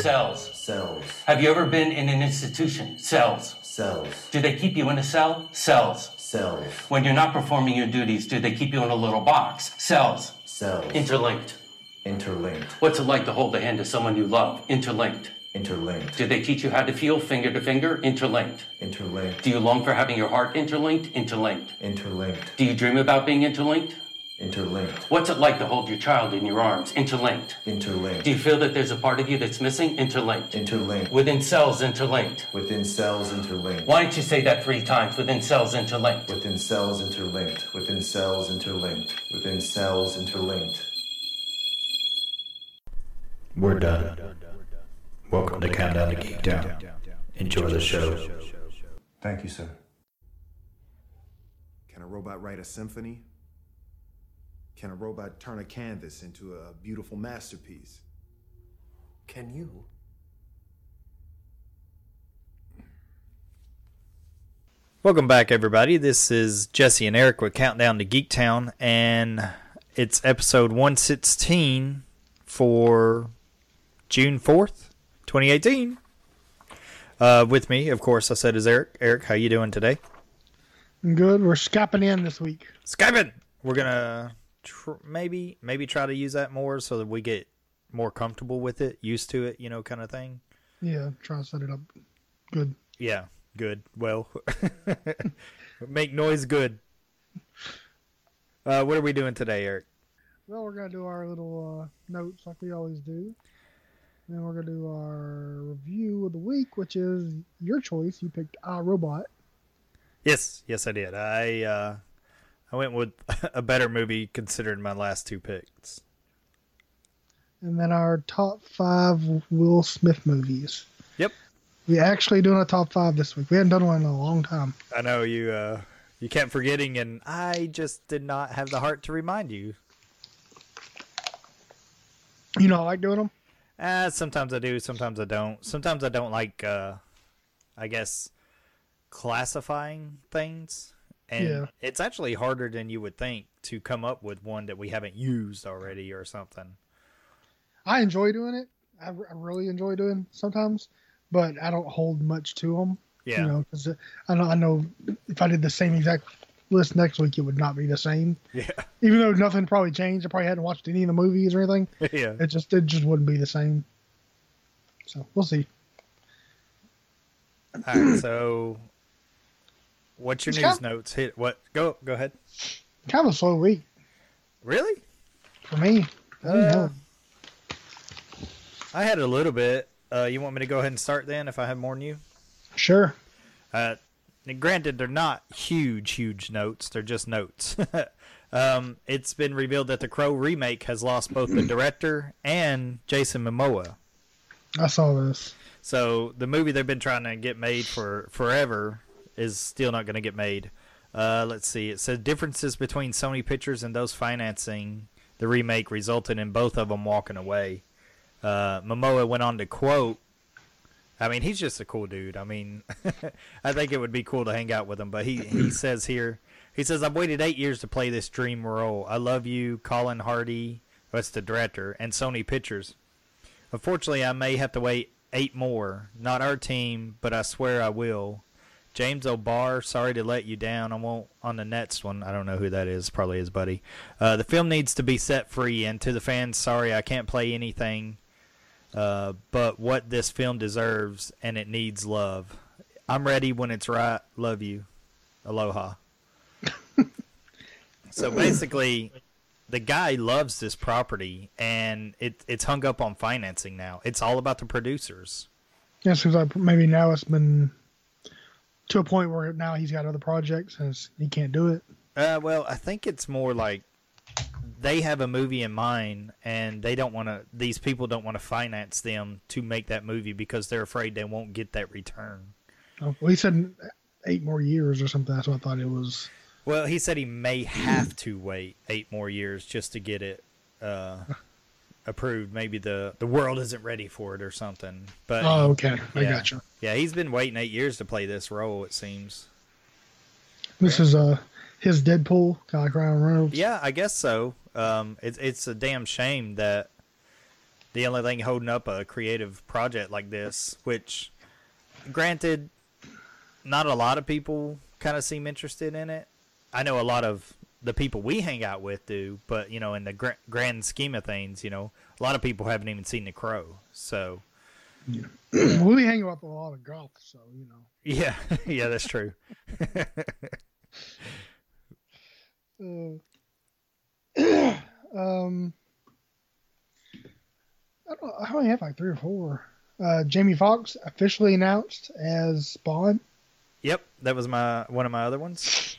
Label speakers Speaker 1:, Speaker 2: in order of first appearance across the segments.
Speaker 1: Cells.
Speaker 2: Cells.
Speaker 1: Have you ever been in an institution? Cells.
Speaker 2: Cells.
Speaker 1: Do they keep you in a cell? Cells.
Speaker 2: Cells.
Speaker 1: When you're not performing your duties, do they keep you in a little box? Cells.
Speaker 2: Cells.
Speaker 1: Interlinked.
Speaker 2: Interlinked.
Speaker 1: What's it like to hold the hand of someone you love? Interlinked.
Speaker 2: Interlinked.
Speaker 1: Do they teach you how to feel finger to finger? Interlinked.
Speaker 2: Interlinked.
Speaker 1: Do you long for having your heart interlinked? Interlinked.
Speaker 2: Interlinked.
Speaker 1: Do you dream about being interlinked?
Speaker 2: Interlinked.
Speaker 1: What's it like to hold your child in your arms? Interlinked. Do
Speaker 2: Interlinked.
Speaker 1: you feel that there's a part of you that's missing? Interlinked.
Speaker 2: Interlinked.
Speaker 1: Within cells, interlinked.
Speaker 2: Within cells interlinked.
Speaker 1: Why don't you say that three times? Within cells, interlinked.
Speaker 2: Within cells interlinked. Within cells interlinked. Within cells interlinked.
Speaker 3: We're done. Welcome to Countdown to Geek Town. Enjoy the show.
Speaker 2: Thank you, sir.
Speaker 4: Can a robot write a symphony? Can a robot turn a canvas into a beautiful masterpiece?
Speaker 5: Can you?
Speaker 6: Welcome back, everybody. This is Jesse and Eric with Countdown to Geek Town, and it's episode 116 for June 4th, 2018. Uh, with me, of course, I said is Eric. Eric, how you doing today?
Speaker 7: Good. We're scapping in this week.
Speaker 6: Skyping. We're gonna tr- maybe maybe try to use that more so that we get more comfortable with it, used to it, you know, kind of thing.
Speaker 7: Yeah, try to set it up. Good.
Speaker 6: Yeah, good. Well, make noise good. Uh, what are we doing today, Eric?
Speaker 7: Well, we're gonna do our little uh, notes like we always do. And then we're gonna do our review of the week, which is your choice. You picked iRobot.
Speaker 6: Yes, yes, I did. I uh, I went with a better movie considering my last two picks.
Speaker 7: And then our top five Will Smith movies.
Speaker 6: Yep.
Speaker 7: We're actually doing a top five this week. We hadn't done one in a long time.
Speaker 6: I know you uh, you kept forgetting, and I just did not have the heart to remind you.
Speaker 7: You know, I like doing them.
Speaker 6: Uh, sometimes I do, sometimes I don't. Sometimes I don't like, uh, I guess, classifying things. And
Speaker 7: Yeah.
Speaker 6: it's actually harder than you would think to come up with one that we haven't used already or something.
Speaker 7: I enjoy doing it. I, re- I really enjoy doing it sometimes, but I don't hold much to them.
Speaker 6: Yeah.
Speaker 7: You know, 'cause uh, I know, I know if I did the same exact list next week, it would not be the same.
Speaker 6: Yeah.
Speaker 7: Even though nothing probably changed, I probably hadn't watched any of the movies or anything.
Speaker 6: yeah.
Speaker 7: It just it just wouldn't be the same. So we'll see.
Speaker 6: All right, so what's your
Speaker 7: It's
Speaker 6: news
Speaker 7: kind-
Speaker 6: notes? Hit what? Go go ahead.
Speaker 7: Kind of a slow week
Speaker 6: Really?
Speaker 7: for me. I don't
Speaker 6: Uh,
Speaker 7: know.
Speaker 6: I had a little bit. Uh, you want me to go ahead and start then if I have more than you?
Speaker 7: Sure.
Speaker 6: Uh, and granted, they're not huge, huge notes. They're just notes. um, it's been revealed that the Crow remake has lost both the director and Jason Momoa.
Speaker 7: I saw this.
Speaker 6: So the movie they've been trying to get made for forever is still not going to get made. Uh, let's see. It says differences between Sony Pictures and those financing the remake resulted in both of them walking away. Uh, Momoa went on to quote, "I mean, he's just a cool dude. I mean, I think it would be cool to hang out with him." But he he says here, he says, "I've waited eight years to play this dream role. I love you, Colin Hardy. That's the director and Sony Pictures. Unfortunately, I may have to wait eight more. Not our team, but I swear I will. James O'Barr, sorry to let you down. I won't on the next one. I don't know who that is. Probably his buddy. Uh, the film needs to be set free, and to the fans, sorry I can't play anything. Uh, but what this film deserves, and it needs love. I'm ready when it's right. Love you. Aloha. so basically, the guy loves this property and it, it's hung up on financing now. It's all about the producers.
Speaker 7: Yeah, seems like maybe now it's been to a point where now he's got other projects and it's- he can't do it.
Speaker 6: Uh, well, I think it's more like they have a movie in mind and they don't want to, these people don't want to finance them to make that movie because they're afraid they won't get that return.
Speaker 7: Oh, Well, he said eight more years or something. That's what I thought it was.
Speaker 6: Well, he said he may have to wait eight more years just to get it uh, approved. Maybe the, the world isn't ready for it or something. But
Speaker 7: Oh, okay. I
Speaker 6: yeah.
Speaker 7: gotcha.
Speaker 6: Yeah, he's been waiting eight years to play this role, it seems.
Speaker 7: This is uh his Deadpool, kind of like Ryan Reynolds.
Speaker 6: Yeah, I guess so. Um, it's it's a damn shame that the only thing holding up a creative project like this, which, granted, not a lot of people kind of seem interested in it. I know a lot of the people we hang out with do, but you know, in the gr- grand scheme of things, you know, a lot of people haven't even seen The Crow. So,
Speaker 7: we hang up a lot of golf, so you know.
Speaker 6: yeah, yeah, that's true.
Speaker 7: Uh, um, I don't. I only have like three or four. Uh, Jamie Foxx officially announced as Spawn.
Speaker 6: Yep, that was my one of my other ones.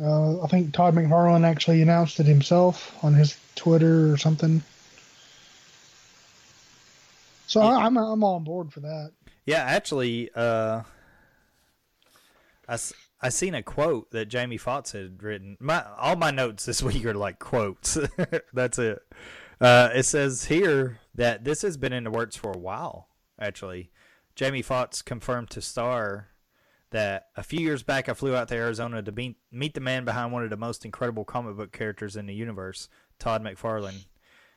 Speaker 7: Uh, I think Todd McFarlane actually announced it himself on his Twitter or something. So I, I'm I'm on board for that.
Speaker 6: Yeah, actually, uh, I, s- I seen a quote that Jamie Foxx had written. My all my notes this week are like quotes. That's it. Uh, it says here that this has been in the works for a while. Actually, Jamie Foxx confirmed to Star that a few years back I flew out to Arizona to meet, meet the man behind one of the most incredible comic book characters in the universe, Todd McFarlane.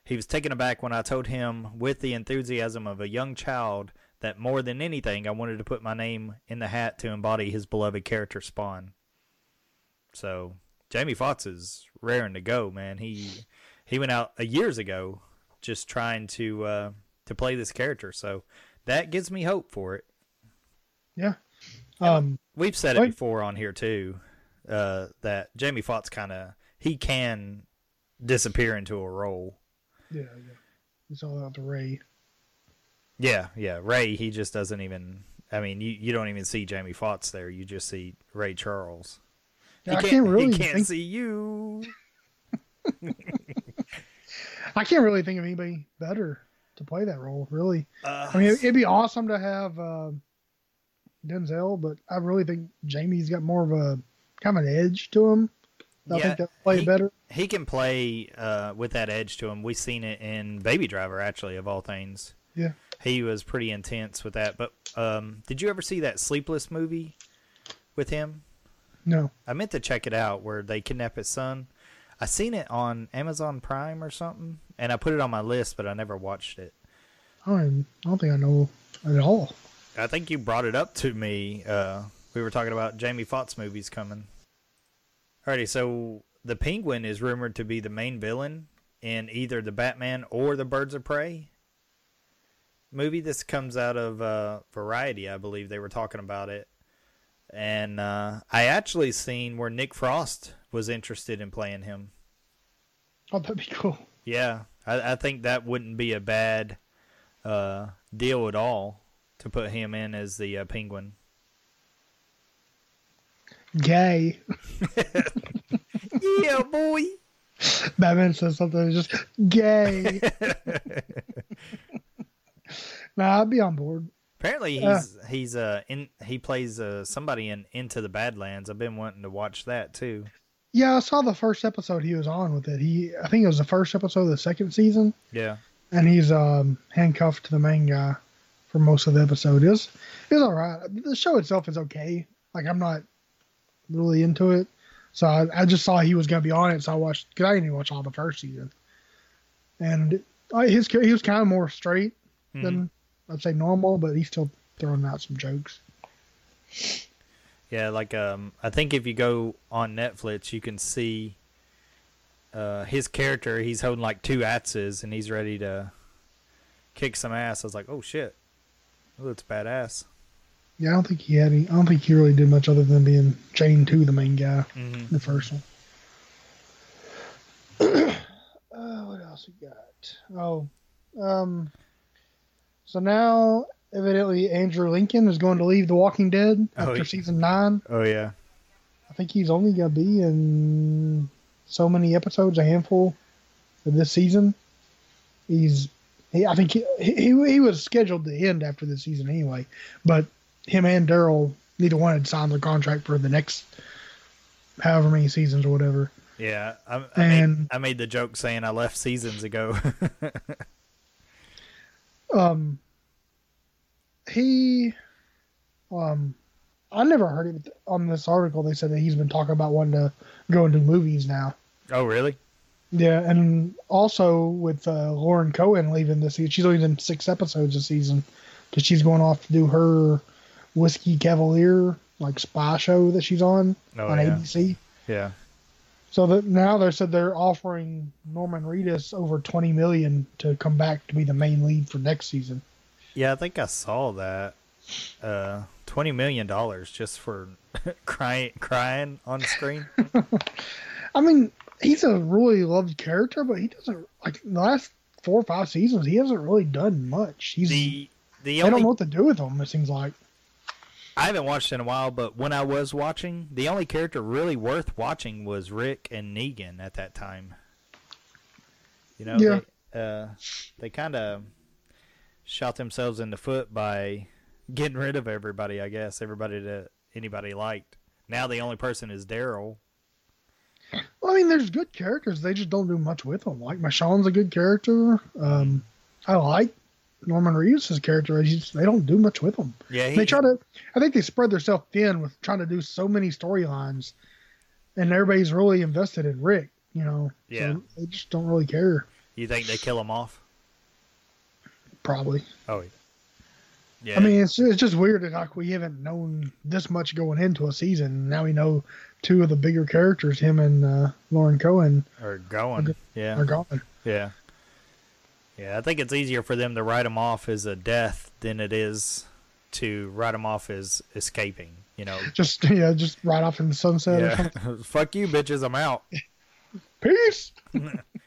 Speaker 6: He was taken aback when I told him, with the enthusiasm of a young child, that more than anything, I wanted to put my name in the hat to embody his beloved character Spawn. So Jamie Foxx is raring to go, man. He he went out a years ago just trying to uh, to play this character, so that gives me hope for it.
Speaker 7: Yeah. Um,
Speaker 6: We've said it
Speaker 7: Right.
Speaker 6: before on here too, uh, that Jamie Foxx kind of he can disappear into a role.
Speaker 7: yeah, yeah. It's all out to Ray.
Speaker 6: Yeah, yeah. Ray, he just doesn't even. I mean, you, you don't even see Jamie Foxx there. You just see Ray Charles.
Speaker 7: Yeah, I can't really
Speaker 6: He can't
Speaker 7: think-
Speaker 6: see you.
Speaker 7: I can't really think of anybody better to play that role. Really,
Speaker 6: Uh,
Speaker 7: I mean, it'd be awesome to have uh, Denzel, but I really think Jamie's got more of a kind of an edge to him. I
Speaker 6: Yeah,
Speaker 7: think that play
Speaker 6: he-
Speaker 7: better.
Speaker 6: he can play uh, with that edge to him. We've seen it in Baby Driver, actually, of all things.
Speaker 7: Yeah.
Speaker 6: He was pretty intense with that. But um, did you ever see that Sleepless movie with him?
Speaker 7: No,
Speaker 6: I meant to check it out where they kidnap his son. I seen it on Amazon Prime or something, and I put it on my list, but I never watched it.
Speaker 7: I don't. Even, I don't think I know at all.
Speaker 6: I think you brought it up to me. Uh, we were talking about Jamie Foxx movies coming. Alrighty, so the Penguin is rumored to be the main villain in either the Batman or the Birds of Prey movie. This comes out of uh, Variety, I believe they were talking about it. And uh, I actually seen where Nick Frost was interested in playing him.
Speaker 7: Oh, that'd be cool.
Speaker 6: Yeah, I, I think that wouldn't be a bad uh, deal at all to put him in as the uh, Penguin.
Speaker 7: Gay.
Speaker 6: yeah, boy.
Speaker 7: Batman says something that's just gay. nah, I'd be on board.
Speaker 6: Apparently he's he's uh in he plays uh somebody in Into the Badlands. I've been wanting to watch that too.
Speaker 7: Yeah, I saw the first episode he was on with it. He, I think it was the first episode of the second season.
Speaker 6: Yeah.
Speaker 7: and he's um, handcuffed to the main guy for most of the episode. It was, it was all right. The show itself is okay. Like I'm not really into it, so I, I just saw he was gonna be on it, so I watched. Cause I didn't even watch all the first season, and I, his char- he was kind of more straight than I'd say normal, but he's still throwing out some jokes.
Speaker 6: Yeah, like um I think if you go on Netflix you can see uh his character, he's holding like two axes and he's ready to kick some ass. I was like, Oh shit. That looks badass.
Speaker 7: Yeah, I don't think he had any. I don't think he really did much other than being chained to the main guy, in
Speaker 6: Mm-hmm.
Speaker 7: the first one. uh, what else we got? Oh, um, so now evidently Andrew Lincoln is going to leave The Walking Dead
Speaker 6: Oh,
Speaker 7: after
Speaker 6: yeah.
Speaker 7: season nine.
Speaker 6: Oh yeah.
Speaker 7: I think he's only gonna be in so many episodes, a handful for this season. He's, he, I think he, he he was scheduled to end after this season anyway, but him and Daryl neither one had signed their contract for the next however many seasons or whatever.
Speaker 6: Yeah. I, I, made,
Speaker 7: And-
Speaker 6: I made the joke saying I left seasons ago.
Speaker 7: Um, he, um, I never heard it on this article. They said that he's been talking about wanting to go into movies now.
Speaker 6: oh really?
Speaker 7: Yeah, and also with uh, Lauren Cohen leaving this season, she's only done six episodes this season because she's going off to do her Whiskey Cavalier like spy show that she's on
Speaker 6: Oh,
Speaker 7: on
Speaker 6: yeah.
Speaker 7: ABC.
Speaker 6: Yeah.
Speaker 7: So that now they said they're offering Norman Reedus over twenty million to come back to be the main lead for next season.
Speaker 6: Yeah, I think I saw that. Uh, twenty million dollars just for crying, crying on screen.
Speaker 7: I mean, he's a really loved character, but he doesn't like the last four or five seasons. He hasn't really done much. He's
Speaker 6: the the
Speaker 7: they don't know
Speaker 6: only
Speaker 7: what to do with him. It seems like.
Speaker 6: I haven't watched in a while, but when I was watching, the only character really worth watching was Rick and Negan at that time. You know,
Speaker 7: Yeah.
Speaker 6: they, uh, they kind of shot themselves in the foot by getting rid of everybody. I guess everybody that anybody liked. Now the only person is Daryl.
Speaker 7: Well, I mean, there's good characters. They just don't do much with them. Like Michonne's a good character. Um, I like Norman Reedus's character. It's just they don't do much with them.
Speaker 6: Yeah,
Speaker 7: They try to. I think they spread themselves thin with trying to do so many storylines, and everybody's really invested in Rick. You know,
Speaker 6: Yeah.
Speaker 7: so they just don't really care.
Speaker 6: You think they kill him off?
Speaker 7: Probably.
Speaker 6: Oh, yeah.
Speaker 7: I mean, it's, it's just weird that like we haven't known this much going into a season. Now we know two of the bigger characters, him and uh, Lauren Cohen,
Speaker 6: or going. Yeah.
Speaker 7: are gone.
Speaker 6: Yeah. Yeah, I think it's easier for them to write him off as a death than it is to write him off as escaping, you know.
Speaker 7: Just yeah, just right off in the sunset. Or
Speaker 6: Yeah.
Speaker 7: something.
Speaker 6: Fuck you, bitches, I'm out.
Speaker 7: Peace.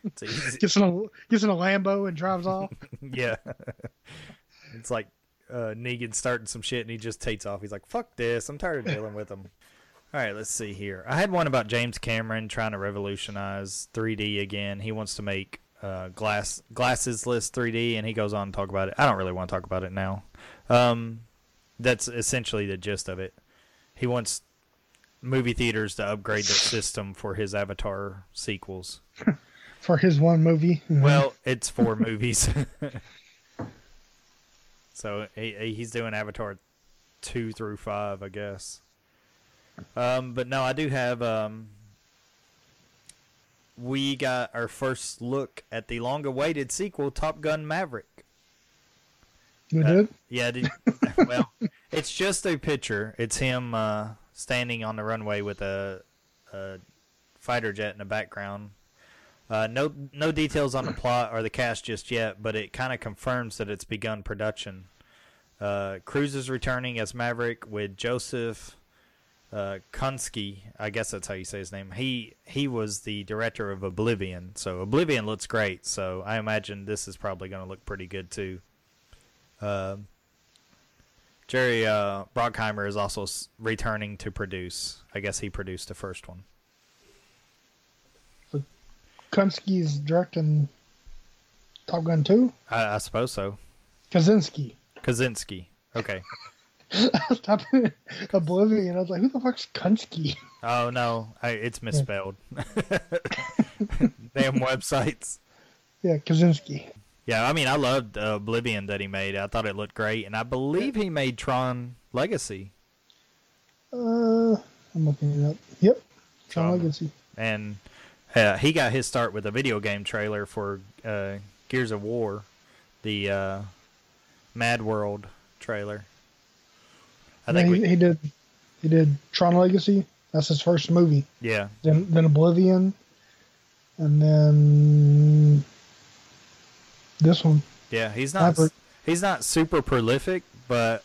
Speaker 6: It's easy.
Speaker 7: Gets in a gets in a Lambo and drives off.
Speaker 6: yeah. It's like uh, Negan starting some shit and he just takes off. He's like, fuck this. I'm tired of dealing with him. All right, let's see here. I had one about James Cameron trying to revolutionize 3D again. He wants to make uh, glass glasses-less 3D, and he goes on to talk about it. I don't really want to talk about it now. Um, that's essentially the gist of it. He wants movie theaters to upgrade their system for his Avatar sequels.
Speaker 7: for his one movie.
Speaker 6: Well, it's four movies. so he, he- he's doing Avatar two through five, I guess. Um, but no, I do have. Um, we got our first look at the long-awaited sequel, Top Gun Maverick.
Speaker 7: we
Speaker 6: Uh,
Speaker 7: did.
Speaker 6: Yeah, did, well, it's just a picture. It's him uh, standing on the runway with a, a fighter jet in the background. Uh, no, no details on the plot or the cast just yet, but it kind of confirms that it's begun production. Uh, Cruz is returning as Maverick with Joseph uh, Kunsky. I guess that's how you say his name. He he was the director of Oblivion, so Oblivion looks great. So I imagine this is probably going to look pretty good too. Um, Jerry uh, Brockheimer is also s- returning to produce. I guess he produced the first one.
Speaker 7: Kunsky's directing Top Gun Two.
Speaker 6: I, I suppose so.
Speaker 7: Kaczynski.
Speaker 6: Kaczynski. Okay.
Speaker 7: Stop it. Oblivion. I was like, who the fuck's Kunsky?
Speaker 6: Oh no, I, it's misspelled. Damn websites.
Speaker 7: yeah, Kaczynski.
Speaker 6: Yeah, I mean, I loved uh, Oblivion that he made. I thought it looked great, and I believe he made Tron Legacy.
Speaker 7: Uh, I'm looking it up. Yep. John
Speaker 6: John.
Speaker 7: Legacy.
Speaker 6: and uh, he got his start with a video game trailer for uh, Gears of War, the uh, Mad World trailer. I think
Speaker 7: Yeah,
Speaker 6: we,
Speaker 7: he, he did. He did Tron Legacy. That's his first movie.
Speaker 6: yeah,
Speaker 7: Then then Oblivion, and then this one.
Speaker 6: yeah. He's not
Speaker 7: Maverick.
Speaker 6: he's not super prolific, but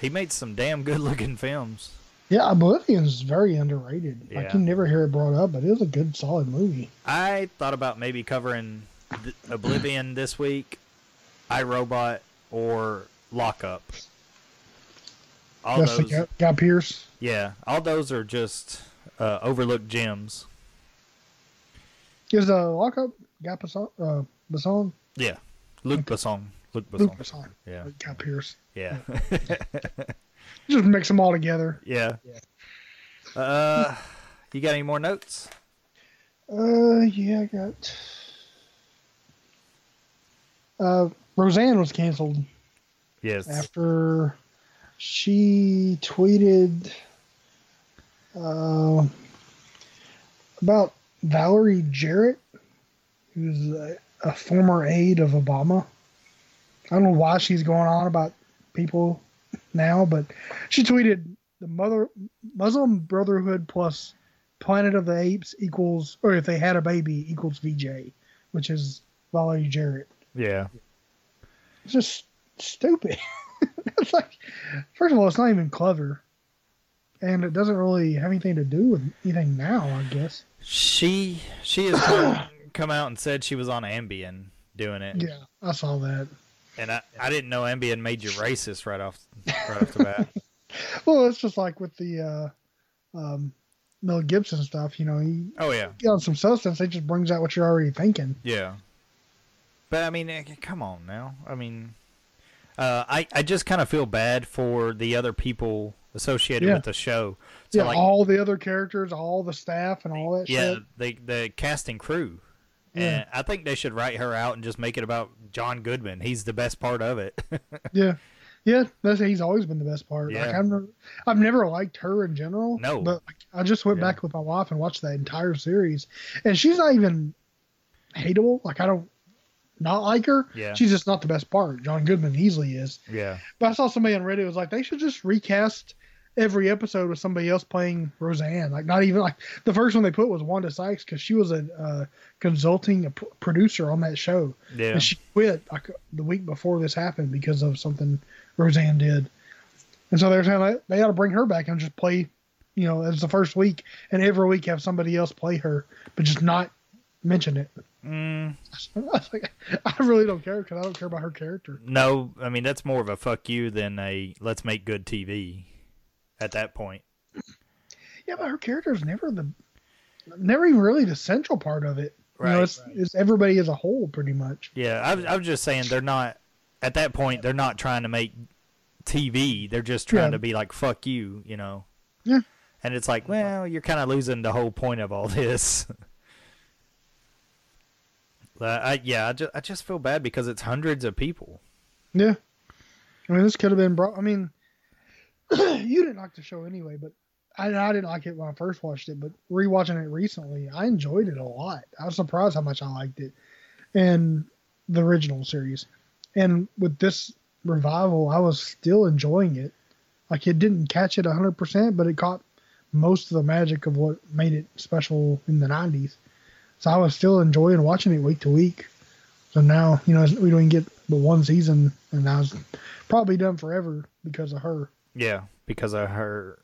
Speaker 6: he made some damn good looking films.
Speaker 7: Yeah, Oblivion's very underrated.
Speaker 6: Yeah.
Speaker 7: Like you never hear it brought up, but it was a good, solid movie.
Speaker 6: I thought about maybe covering th- Oblivion this week, iRobot, or Lockup. All
Speaker 7: That's the
Speaker 6: those,
Speaker 7: guy, guy Pierce.
Speaker 6: yeah, all those are just uh, overlooked gems.
Speaker 7: Is the lockup Guy Passon? Uh, Passon?
Speaker 6: Yeah, Luke Besson. Luke Besson.
Speaker 7: Luke Passon.
Speaker 6: Yeah,
Speaker 7: Guy Pierce.
Speaker 6: yeah,
Speaker 7: Just mix them all together.
Speaker 6: yeah. Uh, you got any more notes?
Speaker 7: Uh, yeah, I got. Uh, Roseanne was canceled
Speaker 6: Yes.
Speaker 7: after she tweeted uh, about Valerie Jarrett He was a, a former aide of Obama. I don't know why she's going on about people now, but she tweeted the mother Muslim Brotherhood plus Planet of the Apes equals, or if they had a baby equals VJ, which is Valerie Jarrett.
Speaker 6: Yeah.
Speaker 7: It's just stupid. it's like, first of all, it's not even clever, and it doesn't really have anything to do with anything now. I guess.
Speaker 6: She she has come, come out and said she was on Ambien doing it.
Speaker 7: Yeah, I saw that.
Speaker 6: And I, I didn't know Ambien made you racist right off right off the bat.
Speaker 7: Well, it's just like with the uh, um, Mel Gibson stuff. You know, you
Speaker 6: Oh yeah.
Speaker 7: get on some substance, it just brings out what you're already thinking.
Speaker 6: Yeah. But I mean, eh, come on now. I mean, uh, I I just kind of feel bad for the other people associated
Speaker 7: Yeah.
Speaker 6: with the show. So
Speaker 7: Yeah,
Speaker 6: like,
Speaker 7: all the other characters, all the staff, and all that.
Speaker 6: yeah,
Speaker 7: shit.
Speaker 6: the the casting crew. And I think they should write her out and just make it about John Goodman. He's the best part of it.
Speaker 7: yeah, yeah. That's he's always been the best part. Like
Speaker 6: Yeah.
Speaker 7: I've never, I've never liked her in general.
Speaker 6: No.
Speaker 7: but like, I just went back with my wife and watched that entire series, and she's not even hateable. Like I don't not like her.
Speaker 6: Yeah.
Speaker 7: she's just not the best part. John Goodman easily is.
Speaker 6: yeah.
Speaker 7: But I saw somebody on Reddit was like, they should just recast every episode with somebody else playing Roseanne. Like, not even like the first one they put was Wanda Sykes because she was a uh, consulting p- producer on that show,
Speaker 6: Yeah.
Speaker 7: and she quit like the week before this happened because of something Roseanne did. And so they were saying like, they ought to bring her back and just play, you know, as the first week, and every week have somebody else play her, but just not mention it. I, was like, I really don't care because I don't care about her character.
Speaker 6: No, I mean that's more of a fuck you than a let's make good TV at that point.
Speaker 7: Yeah, but her character is never the, never even really the central part of it. You know,
Speaker 6: Right,
Speaker 7: it's, it's everybody as a whole, pretty much.
Speaker 6: Yeah, I was, I was just saying they're not at that point they're not trying to make TV. They're just trying
Speaker 7: Yeah.
Speaker 6: to be like fuck you, you know.
Speaker 7: Yeah.
Speaker 6: And it's like, well, you're kind of losing the whole point of all this. Uh, I, yeah, I just, I just feel bad because it's hundreds of people.
Speaker 7: Yeah. I mean, this could have been brought. I mean, you didn't like the show anyway, but I, I didn't like it when I first watched it. But rewatching it recently, I enjoyed it a lot. I was surprised how much I liked it, and the original series, and with this revival, I was still enjoying it. Like it didn't catch it hundred percent, but it caught most of the magic of what made it special in the nineties. So I was still enjoying watching it week to week. So now, you know, we don't get but one season, and I was probably done forever because of her.
Speaker 6: Yeah, because of her.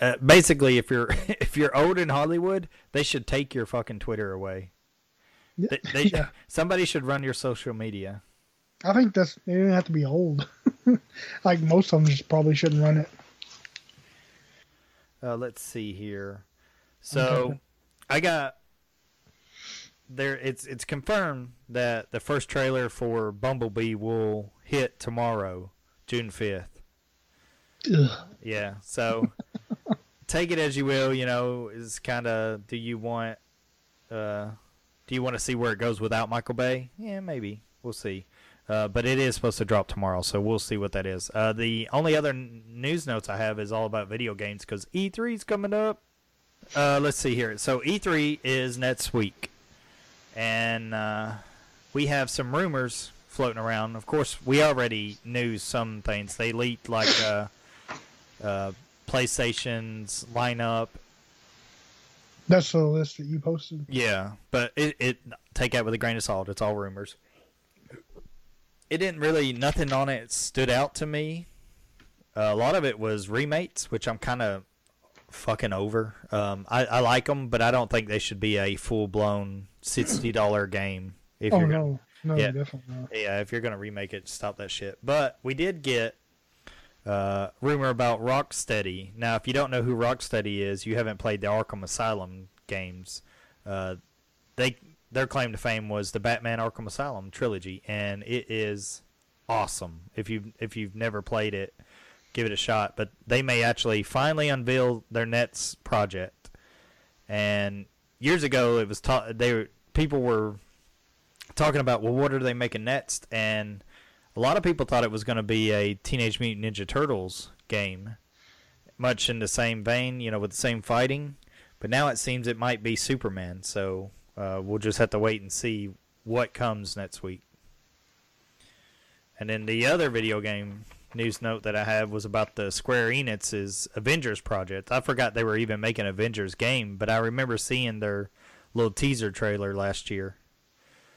Speaker 6: Uh, basically, if you're if you're old in Hollywood, they should take your fucking Twitter away. They, they,
Speaker 7: Yeah.
Speaker 6: Somebody should run your social media.
Speaker 7: I think that's they didn't have to be old. like most of them just probably shouldn't run it.
Speaker 6: Uh, let's see here. So, I got there. It's it's confirmed that the first trailer for Bumblebee will hit tomorrow, June fifth.
Speaker 7: Ugh.
Speaker 6: Yeah. So, take it as you will. You know, is kind of do you want? Uh, do you want to see where it goes without Michael Bay? Yeah, maybe. We'll see. Uh, but it is supposed to drop tomorrow, so we'll see what that is. Uh, the only other n- news notes I have is all about video games because E3 is coming up. Uh, let's see here. So E3 is next week, and uh, we have some rumors floating around. Of course, we already knew some things. They leaked like uh, uh, PlayStation's lineup
Speaker 7: That's the list that you posted.
Speaker 6: yeah, but it, it take that with a grain of salt. It's all rumors. It didn't really nothing on it stood out to me. Uh, a lot of it was remakes, which I'm kind of fucking over. Um, I, I like them, but I don't think they should be a full blown sixty dollar game. If
Speaker 7: Oh
Speaker 6: you're-
Speaker 7: no, no,
Speaker 6: Yeah.
Speaker 7: definitely not.
Speaker 6: yeah, if you're gonna remake it, stop that shit. But we did get uh, rumor about Rocksteady. Now, if you don't know who Rocksteady is, you haven't played the Arkham Asylum games. Uh, they their claim to fame was the Batman Arkham Asylum trilogy, and it is awesome. If you if you've never played it, give it a shot. But they may actually finally unveil their next project. And years ago, it was ta- they were, people were talking about well what are they making next and a lot of people thought it was going to be a teenage mutant ninja turtles game much in the same vein you know with the same fighting but now it seems it might be superman so Uh, we'll just have to wait and see what comes next week. And then the other video game news note that I have was about the Square Enix's Avengers project. I forgot they were even making Avengers game, but I remember seeing their little teaser trailer last year.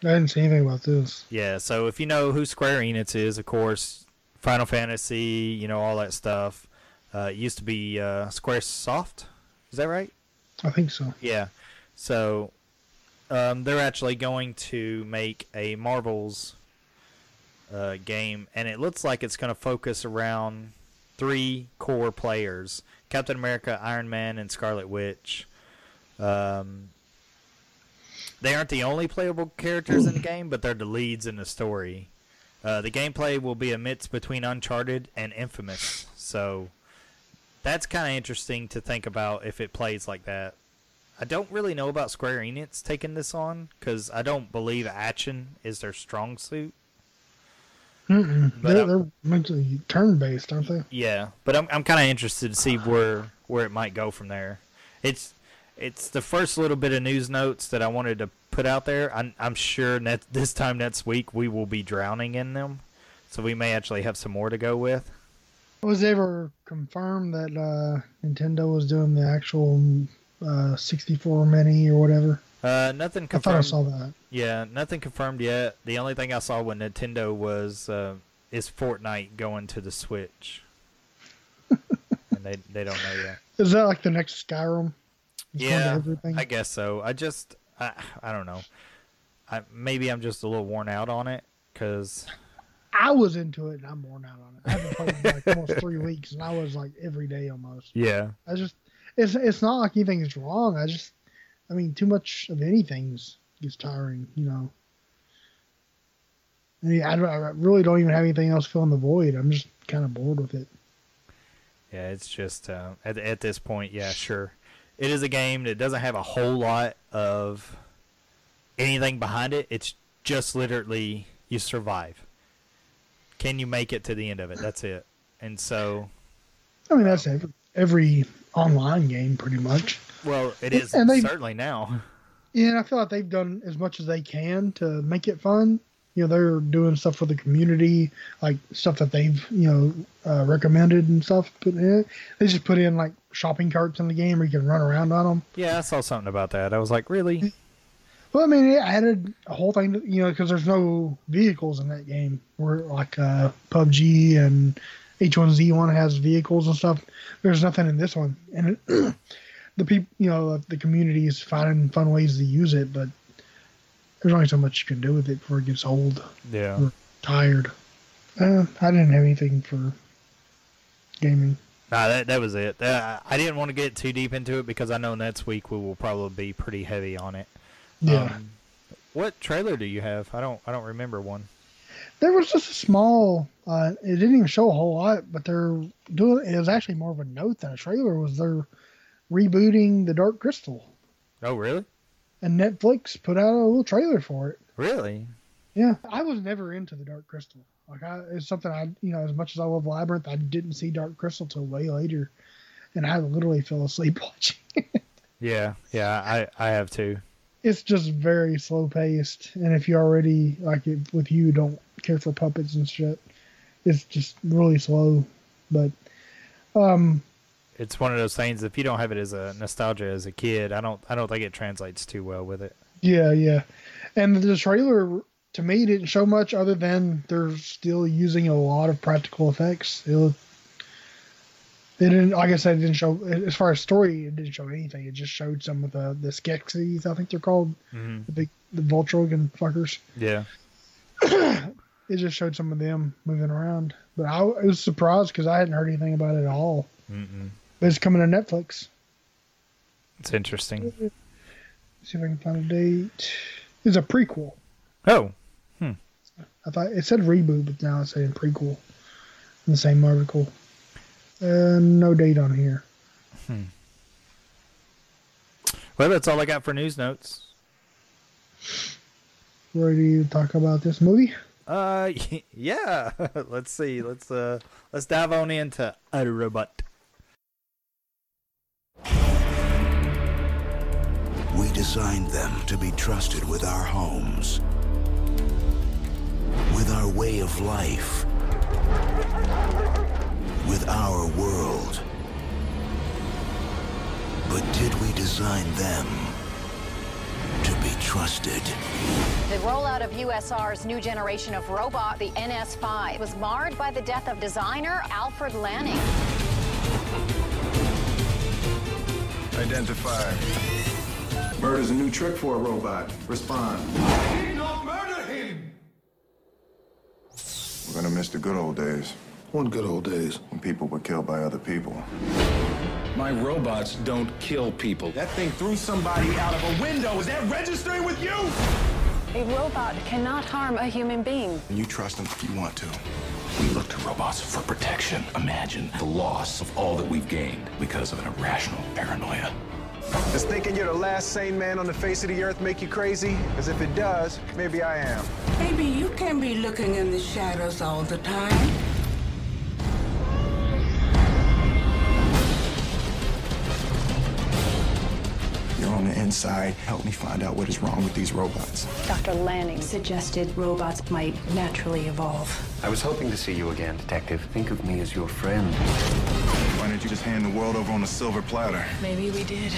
Speaker 7: I didn't see anything about this.
Speaker 6: Yeah, so if you know who Square Enix is, of course, Final Fantasy, you know all that stuff. Uh, it used to be uh, Square Soft, is that right?
Speaker 7: I think so.
Speaker 6: Yeah. So um, they're actually going to make a Marvel's uh, game, and it looks like it's going to focus around three core players Captain America, Iron Man, and Scarlet Witch. Um, they aren't the only playable characters in the game, but they're the leads in the story. Uh, the gameplay will be a mix between Uncharted and Infamous, so that's kind of interesting to think about if it plays like that. I don't really know about Square Enix taking this on because I don't believe action is their strong suit. Mm-hmm. But
Speaker 7: They're,
Speaker 6: I'm-
Speaker 7: they're mentally turn based, aren't they?
Speaker 6: Yeah, but I'm I'm kind of interested to see where where it might go from there. It's it's the first little bit of news notes that I wanted to put out there. I'm I'm sure net, this time next week we will be drowning in them, so we may actually have some more to go with.
Speaker 7: Was it ever confirmed that uh, Nintendo was doing the actual uh, 64 mini or whatever?
Speaker 6: Uh, nothing
Speaker 7: I thought I
Speaker 6: confirmed.
Speaker 7: saw that.
Speaker 6: Yeah, nothing confirmed yet. The only thing I saw with Nintendo was uh, is Fortnite going to the Switch, and they they don't know yet.
Speaker 7: Is that like the next Skyrim? It's going to
Speaker 6: Yeah,
Speaker 7: everything?
Speaker 6: I guess so. I just I I don't know. I maybe I'm just a little worn out on it because
Speaker 7: I was into it and I'm worn out on it. I haven't played in like almost three weeks and I was like every day almost.
Speaker 6: yeah
Speaker 7: I just it's it's not like anything's wrong. I just I mean too much of anything's gets tiring, you know. I, mean, I, don't- I really don't even have anything else filling the void. I'm just kind of bored with it.
Speaker 6: yeah it's just uh, at at this point yeah sure it is a game that doesn't have a whole lot of anything behind it. It's just literally you survive. Can you make it to the end of it? That's it. And so
Speaker 7: I mean that's every, every online game pretty much.
Speaker 6: well it is
Speaker 7: And they-
Speaker 6: certainly now.
Speaker 7: Yeah, and I feel like they've done as much as they can to make it fun. You know, they're doing stuff for the community, like stuff that they've you know uh, recommended and stuff. Put in. They just put in like shopping carts in the game where you can run around on them.
Speaker 6: Yeah, I saw something about that. I was like, really?
Speaker 7: Well, I mean, it added a whole thing, to, you know, because there's no vehicles in that game. Where like uh, PUBG and H1Z1 has vehicles and stuff. There's nothing in this one, and it, the people, you know, the community is finding fun ways to use it, but there's only so much you can do with it before it gets old,
Speaker 6: Yeah.
Speaker 7: tired. Uh, I didn't have anything for gaming.
Speaker 6: Nah, that that was it. Uh, I didn't want to get too deep into it because I know next week we will probably be pretty heavy on it.
Speaker 7: Yeah.
Speaker 6: Um, what trailer do you have? I don't I don't remember one.
Speaker 7: There was just a small. Uh, it didn't even show a whole lot, but they're doing. It was actually more of a note than a trailer. Was they're rebooting the Dark Crystal,
Speaker 6: Oh, really?
Speaker 7: and Netflix put out a little trailer for it.
Speaker 6: Really?
Speaker 7: Yeah, I was never into the Dark Crystal. Like, I, it's something I, you know, as much as I love Labyrinth, I didn't see Dark Crystal till way later, and I literally fell asleep watching. it.
Speaker 6: Yeah. Yeah, I I have too.
Speaker 7: It's just very slow paced, and if you already like if, with you don't care for puppets and shit, it's just really slow. But um,
Speaker 6: It's one of those things. If you don't have it as a nostalgia as a kid, I don't I don't think it translates too well with it.
Speaker 7: Yeah, yeah. And the trailer to me didn't show much other than they're still using a lot of practical effects. It, look- it didn't, like I said, it didn't show as far as story. It didn't show anything. It just showed some of the the Skeksis, I think they're called,
Speaker 6: Mm-hmm.
Speaker 7: the big the Voltrogan fuckers.
Speaker 6: Yeah.
Speaker 7: It just showed some of them moving around. But I was surprised because I hadn't heard anything about it at all.
Speaker 6: Mm-mm.
Speaker 7: But it's coming to Netflix.
Speaker 6: It's interesting.
Speaker 7: see if I can find a date. It's a prequel.
Speaker 6: Oh,
Speaker 7: I thought it said reboot, but now it's saying prequel in the same article. Uh, no date on here.
Speaker 6: well, that's all I got for news notes.
Speaker 7: Ready to talk about this movie?
Speaker 6: Uh, yeah. let's see. Let's uh, let's dive on into a robot.
Speaker 8: We deserve assigned them to be trusted with our homes, with our way of life, with our world. But did we design them to be trusted?
Speaker 9: The rollout of USR's new generation of robot, the NS5, was marred by the death of designer Alfred Lanning.
Speaker 10: Identify. Murder's a new trick for a robot. Respond.
Speaker 11: Did not murder him!
Speaker 10: We're gonna miss the good old days.
Speaker 8: One good old days.
Speaker 10: When people were killed by other people.
Speaker 12: My robots don't kill people.
Speaker 11: That thing threw somebody out of a window. Is that registering with you?
Speaker 9: A robot cannot harm a human being.
Speaker 11: And you trust them if you want to.
Speaker 13: We look to robots for protection. Imagine the loss of all that we've gained because of an irrational paranoia.
Speaker 10: Does thinking you're the last sane man on the face of the earth make you crazy? Because if it does, maybe I am.
Speaker 14: Maybe you can be looking in the shadows all the time.
Speaker 10: You're on the inside. Help me find out what is wrong with these robots.
Speaker 9: Dr. Lanning suggested robots might naturally evolve.
Speaker 5: I was hoping to see you again, Detective. Think of me as your friend.
Speaker 10: Why didn't you just hand the world over on a silver platter?
Speaker 9: Maybe we did.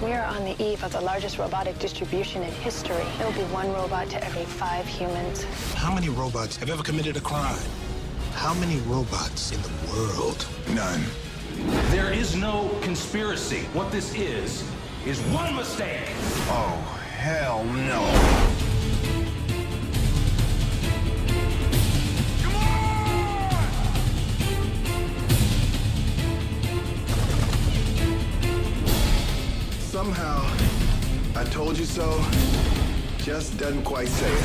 Speaker 9: We're on the eve of the largest robotic distribution in history. There'll be one robot to every five humans.
Speaker 8: How many robots have ever committed a crime? How many robots in the world?
Speaker 10: None.
Speaker 13: There is no conspiracy. What this is, is one mistake.
Speaker 10: Oh, hell no.
Speaker 11: Somehow, I told you so just doesn't quite say it.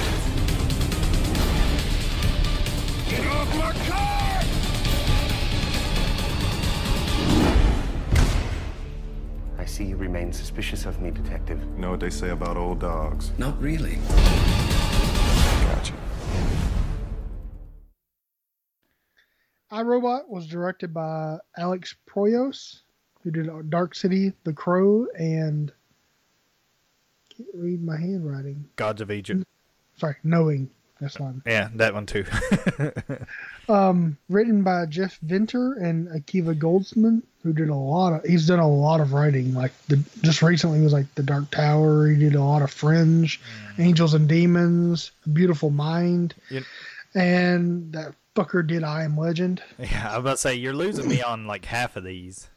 Speaker 11: Get off my car!
Speaker 5: I see you remain suspicious of me, Detective.
Speaker 10: You know what they say about old dogs?
Speaker 5: Not really.
Speaker 10: Gotcha.
Speaker 7: iRobot was directed by Alex Proyos, who did Dark City, The Crow, and can't read my handwriting.
Speaker 6: Gods of Egypt.
Speaker 7: Sorry, Knowing. That's not
Speaker 6: Yeah, that one too.
Speaker 7: um, written by Jeff Venter and Akiva Goldsman, who did a lot of. He's done a lot of writing. Like the just recently was like The Dark Tower. He did a lot of Fringe, Angels and Demons, Beautiful Mind,
Speaker 6: Mm. You-
Speaker 7: and that fucker did I Am Legend.
Speaker 6: yeah, I was about to say you're losing me on like half of these.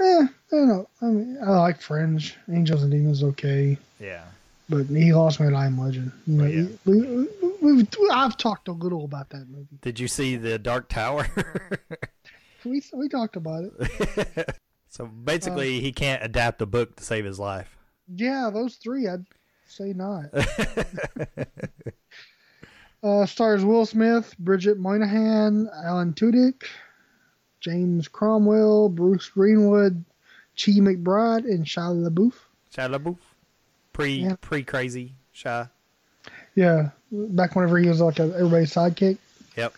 Speaker 7: Eh, I don't know. I mean, I like Fringe. Angels and Demons is okay,
Speaker 6: Yeah.
Speaker 7: but he lost me at I Am Legend. You know,
Speaker 6: Right, yeah.
Speaker 7: we, we, we've, I've talked a little about that movie.
Speaker 6: Did you see the Dark Tower?
Speaker 7: We we talked about it.
Speaker 6: so basically, he can't adapt a book to save his life.
Speaker 7: Yeah, those three, I'd say not. uh, stars Will Smith, Bridget Moynihan, Alan Tudyk, James Cromwell, Bruce Greenwood, Chi McBride, and Shia LaBeouf.
Speaker 6: Shia LaBeouf, pre
Speaker 7: Yeah.
Speaker 6: pre crazy Shia.
Speaker 7: Yeah, back whenever he was like a, everybody's sidekick.
Speaker 6: Yep.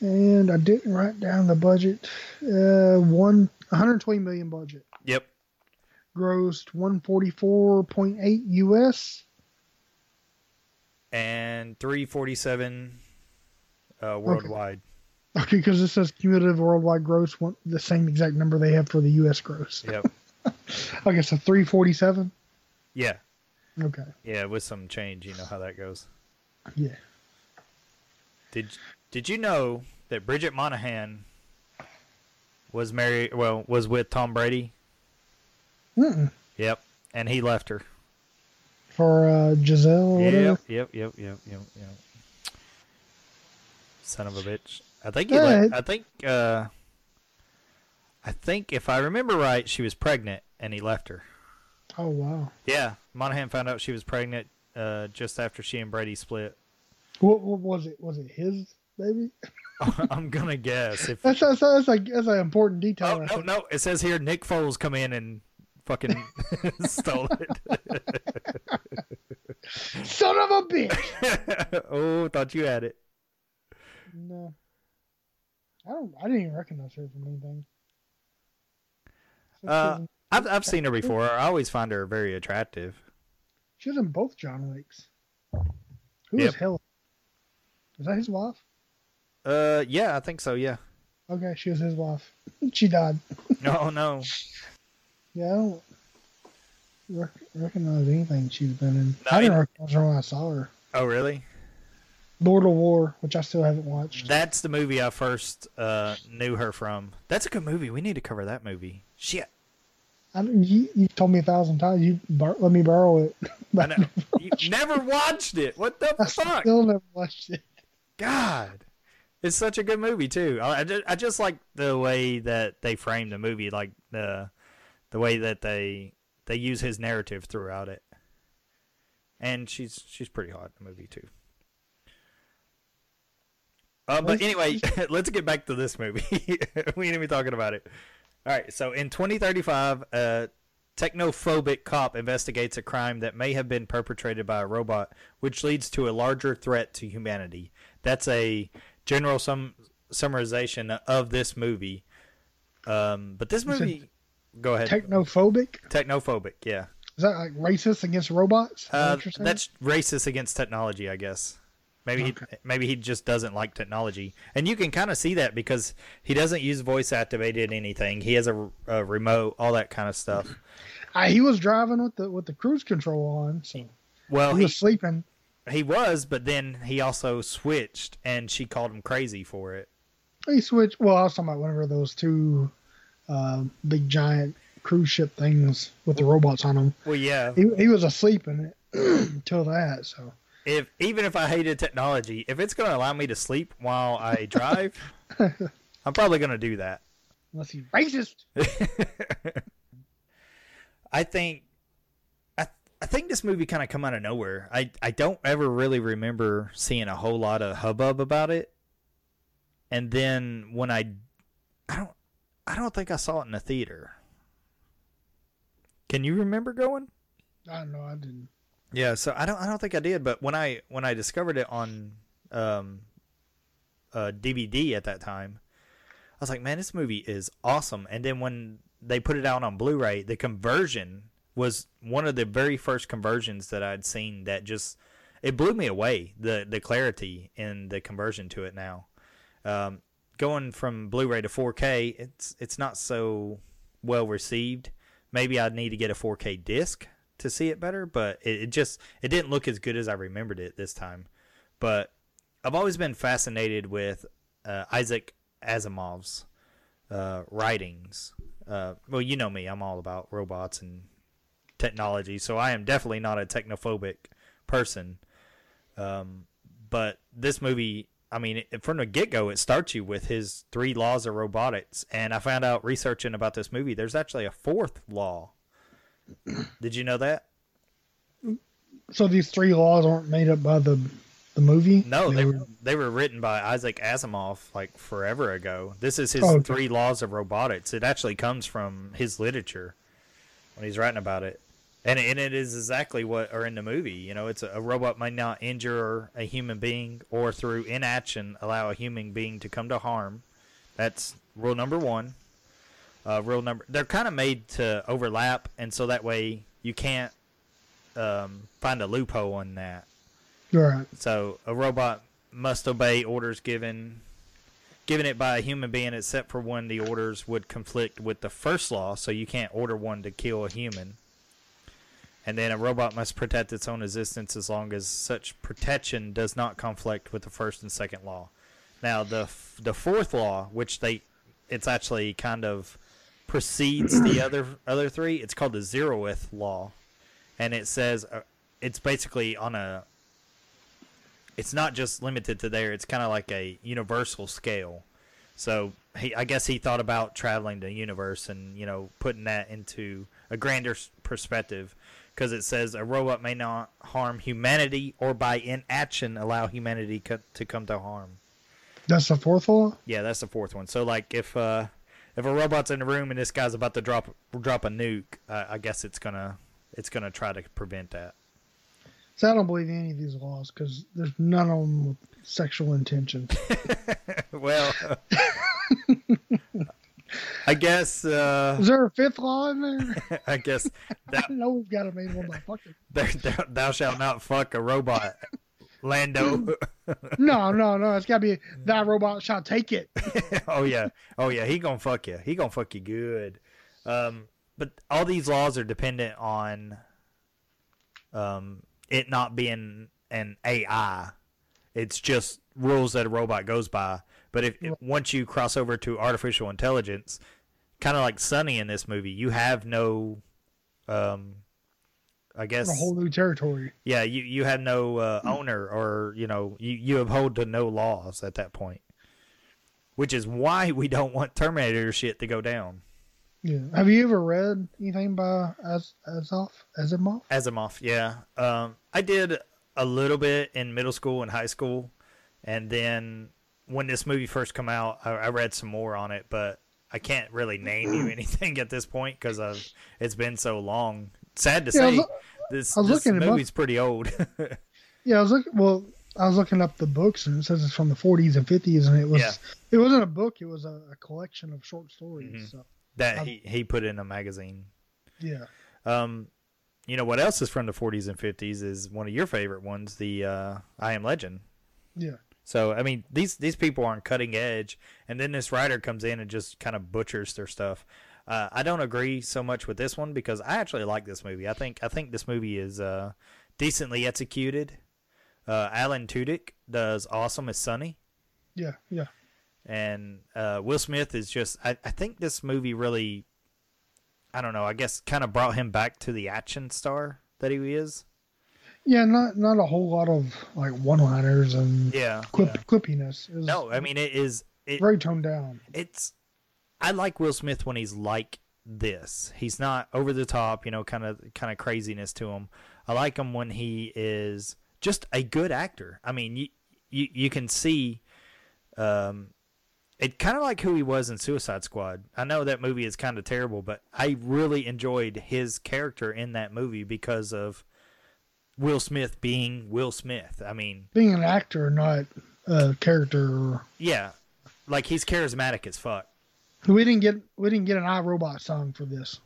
Speaker 7: And I didn't write down the budget. Uh, one 120 million budget.
Speaker 6: Yep.
Speaker 7: Grossed 144.8 US.
Speaker 6: And 347 uh, worldwide.
Speaker 7: Okay, because it says cumulative worldwide gross, one, the same exact number they have for the U.S. gross.
Speaker 6: Yep.
Speaker 7: Okay, so 347.
Speaker 6: Yeah.
Speaker 7: Okay,
Speaker 6: Yeah, with some change, you know how that goes.
Speaker 7: yeah.
Speaker 6: Did Did you know that Bridget Monahan was married? Well, was with Tom Brady.
Speaker 7: Mm-mm.
Speaker 6: Yep, and he left her.
Speaker 7: For uh, Giselle or whatever.
Speaker 6: Yep, yep, yep, yep, yep, yep. Son of a bitch. I think he
Speaker 7: Yeah,
Speaker 6: let,
Speaker 7: it-
Speaker 6: I think uh I think if I remember right, she was pregnant and he left her.
Speaker 7: Oh, wow.
Speaker 6: Yeah, Monahan found out she was pregnant uh just after she and Brady split.
Speaker 7: What, what was it? Was it his baby?
Speaker 6: I'm going to guess if
Speaker 7: That's that's that's like that's an important detail.
Speaker 6: Oh,
Speaker 7: right
Speaker 6: no,
Speaker 7: there.
Speaker 6: no. It says here Nick Foles come in and fucking stole it.
Speaker 7: Son of a bitch.
Speaker 6: oh, thought you had it.
Speaker 7: no. I don't. I didn't even recognize her from anything.
Speaker 6: Uh, I've I've seen her before. I always find her very attractive.
Speaker 7: She was in both John Wicks. Who is
Speaker 6: Yep.
Speaker 7: Hill? Is that his wife?
Speaker 6: Uh, yeah, I think so. Yeah.
Speaker 7: Okay, she was his wife. She died.
Speaker 6: No, no,
Speaker 7: Yeah, I don't rec- recognize anything she's been in.
Speaker 6: No,
Speaker 7: I didn't
Speaker 6: it-
Speaker 7: recognize her when I saw her.
Speaker 6: Oh, really?
Speaker 7: Lord of War, which I still haven't watched.
Speaker 6: That's the movie I first uh knew her from. That's a good movie. We need to cover that movie. Shit.
Speaker 7: I, don't- you, you told me a thousand times. You bur- let me borrow it.
Speaker 6: I know. you never watched it. What the fuck?
Speaker 7: Still never watched it.
Speaker 6: God. It's such a good movie too. I, I ju- I just like the way that they frame the movie, like the the way that they they use his narrative throughout it. And she's she's pretty hot in the movie too. Uh, but anyway, let's get back to this movie. we ain't even talking about it. All right. So in uh, 2035, a technophobic cop investigates a crime that may have been perpetrated by a robot, which leads to a larger threat to humanity. That's a general sum summarization of this movie. Um, but this
Speaker 7: You said
Speaker 6: movie, go ahead.
Speaker 7: Technophobic?
Speaker 6: technophobic. Yeah.
Speaker 7: Is that like racist against robots? Is that
Speaker 6: Uh,
Speaker 7: what you're saying?
Speaker 6: that's racist against technology, I guess. Maybe he maybe he just doesn't like technology, and you can kind of see that because he doesn't use voice activated anything. He has a, r- a remote, all that kind of stuff.
Speaker 7: Uh, he was driving with the with the cruise control on, so
Speaker 6: Well,
Speaker 7: he was sleeping.
Speaker 6: He was, but then he also switched, and she called him crazy for it.
Speaker 7: He switched. Well, I was talking about whenever those two uh, big giant cruise ship things with the robots on them.
Speaker 6: Well, yeah.
Speaker 7: He, he was asleep in it until that. So
Speaker 6: If even if I hated technology, if it's going to allow me to sleep while I drive, I'm probably going to do that.
Speaker 7: unless he's racist,
Speaker 6: I think I I think this movie kind of come out of nowhere. I I don't ever really remember seeing a whole lot of hubbub about it. And then when I I don't I don't think I saw it in the theater. Can you remember going?
Speaker 7: I don't know. I didn't.
Speaker 6: Yeah, so I don't I don't think I did, but when I when I discovered it on um uh DVD at that time, I was like, man, this movie is awesome. And then when they put it out on Blu-ray, the conversion was one of the very first conversions that I'd seen that just it blew me away the the clarity and the conversion to it now. Um, going from Blu-ray to 4K, it's it's not so well received. Maybe I need to get a 4K disc to see it better, but it, it just it didn't look as good as I remembered it this time. But I've always been fascinated with uh, Isaac Asimov's uh, writings. Uh, well, you know me; I'm all about robots and technology, so I am definitely not a technophobic person. Um, but this movie, I mean, it, from the get go, it starts you with his three laws of robotics. And I found out researching about this movie, there's actually a fourth law. Did you know that?
Speaker 7: So these three laws aren't made up by the the movie.
Speaker 6: No, they were, they were written by Isaac Asimov like forever ago. This is his
Speaker 7: Oh, okay.
Speaker 6: three laws of robotics. It actually comes from his literature when he's writing about it. And, and it is exactly what are in the movie. You know, it's a, a robot may not injure a human being or through inaction allow a human being to come to harm. That's rule number one. Uh, rule number they're kind of made to overlap, and so that way you can't um, find a loophole on that.
Speaker 7: You're right.
Speaker 6: So a robot must obey orders given given it by a human being except for when the orders would conflict with the first law, so you can't order one to kill a human. And then a robot must protect its own existence as long as such protection does not conflict with the first and second law. Now the f- the fourth law, which they it's actually kind of precedes the other other three. It's called the zeroth law, and it says uh, it's basically on a it's not just limited to there. It's kind of like a universal scale. So he, I guess he thought about traveling the universe and you know putting that into a grander s- perspective because it says a robot may not harm humanity or by inaction allow humanity co- to come to harm.
Speaker 7: That's the fourth law.
Speaker 6: Yeah, that's the fourth one. So like if uh if a robot's in the room and this guy's about to drop drop a nuke, uh, I guess it's gonna it's gonna try to prevent that.
Speaker 7: So I don't believe any of these laws because there's none of them with sexual intention.
Speaker 6: well, I guess uh,
Speaker 7: Is there a fifth law in there?
Speaker 6: I guess
Speaker 7: I know we've got to make one by fucking.
Speaker 6: thou, thou, thou shalt not fuck a robot, Lando.
Speaker 7: No, no, no. It's got to be that robot shall take it.
Speaker 6: oh yeah, oh yeah, he gonna fuck you. He gonna fuck you good. Um, but all these laws are dependent on um, it not being an AI. It's just rules that a robot goes by. But if if- once you cross over to artificial intelligence, kind of like Sunny in this movie, you have no, um, I guess
Speaker 7: A whole new territory.
Speaker 6: yeah, you, you have no
Speaker 7: Hmm.
Speaker 6: uh, owner or you know you, you uphold to no laws at that point, which is why we don't want Terminator shit to go down.
Speaker 7: Yeah. Have you ever read anything by As Azov Asimov?
Speaker 6: Asimov, yeah, um, I did a little bit in middle school and high school, and then when this movie first come out, I, I read some more on it, but I can't really name
Speaker 7: Hmm.
Speaker 6: you anything at this point because I've it's been so long. Sad to
Speaker 7: Yeah, I
Speaker 6: say,
Speaker 7: was loo-
Speaker 6: this,
Speaker 7: I was
Speaker 6: this
Speaker 7: looking him up.
Speaker 6: movie's pretty old.
Speaker 7: Yeah, I was looking. Well, I was looking up the books, and it says it's from the 40s and 50s, and it was
Speaker 6: Yeah.
Speaker 7: it wasn't a book; it was a, a collection of short stories.
Speaker 6: Mm-hmm.
Speaker 7: So
Speaker 6: that he, he put in a magazine.
Speaker 7: yeah,
Speaker 6: Um, you know what else is from the 40s and 50s is one of your favorite ones, the uh, I Am Legend.
Speaker 7: yeah.
Speaker 6: So I mean, these these people aren't cutting edge, and then this writer comes in and just kind of butchers their stuff. Uh, I don't agree so much with this one because I actually like this movie. I think I think this movie is uh, decently executed. Uh, Alan Tudyk does awesome as Sonny,
Speaker 7: Yeah, yeah.
Speaker 6: and uh, Will Smith is just. I, I think this movie really, I don't know. I guess kind of brought him back to the action star that he is.
Speaker 7: Yeah, not not a whole lot of like one-liners and
Speaker 6: Yeah,
Speaker 7: clip clippiness. It was
Speaker 6: No, I mean it is. It,
Speaker 7: very toned down.
Speaker 6: it's I like Will Smith when he's like this. He's not over the top, you know, kind of kind of craziness to him. I like him when he is just a good actor. I mean, you you, you can see um it kind of like who he was in Suicide Squad. I know that movie is kind of terrible, but I really enjoyed his character in that movie because of Will Smith being Will Smith. I mean,
Speaker 7: Being an actor, not a character.
Speaker 6: yeah, like he's charismatic as fuck.
Speaker 7: We didn't get we didn't get an iRobot song for this.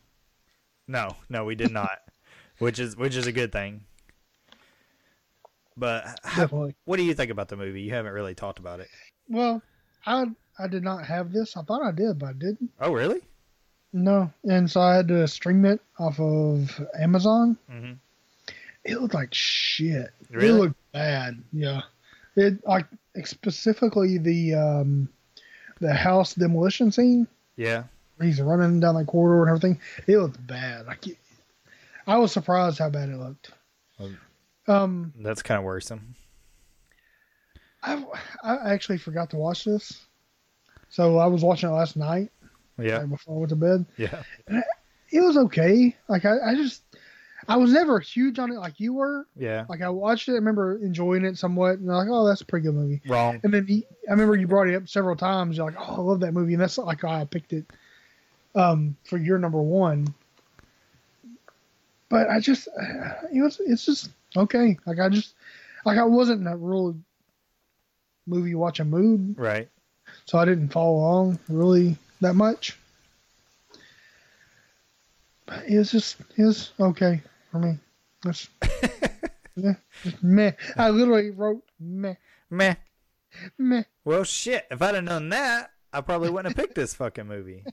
Speaker 6: No, no, we did not. which is which is a good thing. But h-
Speaker 7: Definitely.
Speaker 6: what do you think about the movie? You haven't really talked about it.
Speaker 7: Well, I I did not have this. I thought I did, but I didn't.
Speaker 6: Oh, really?
Speaker 7: No, and so I had to stream it off of Amazon.
Speaker 6: Mhm.
Speaker 7: It looked like shit.
Speaker 6: Really?
Speaker 7: It looked bad. Yeah, it like specifically the um, the house demolition scene.
Speaker 6: Yeah.
Speaker 7: where He's running down the corridor and everything. It looked bad. Like, it- I was surprised how bad it looked. Um,
Speaker 6: That's kind of worrisome.
Speaker 7: I I actually forgot to watch this, so I was watching it last night
Speaker 6: Yeah.
Speaker 7: like, before I went to bed.
Speaker 6: Yeah.
Speaker 7: It was okay. Like I, I just I was never huge on it like you were.
Speaker 6: Yeah.
Speaker 7: Like I watched it, I remember enjoying it somewhat, and I'm like, oh, that's a pretty good movie.
Speaker 6: Wrong.
Speaker 7: And then you, I remember you brought it up several times. You're like, oh, I love that movie, and that's like why I picked it um, for your number one. But I just, it was, it's just okay. Like I just, like I wasn't in a real movie watching mood,
Speaker 6: Right.
Speaker 7: so I didn't follow along really that much. But it's just, it's okay for me. That's, yeah, just meh. I literally wrote meh,
Speaker 6: Meh.
Speaker 7: meh.
Speaker 6: Well, shit. If I'd have known that, I probably wouldn't have picked this fucking movie.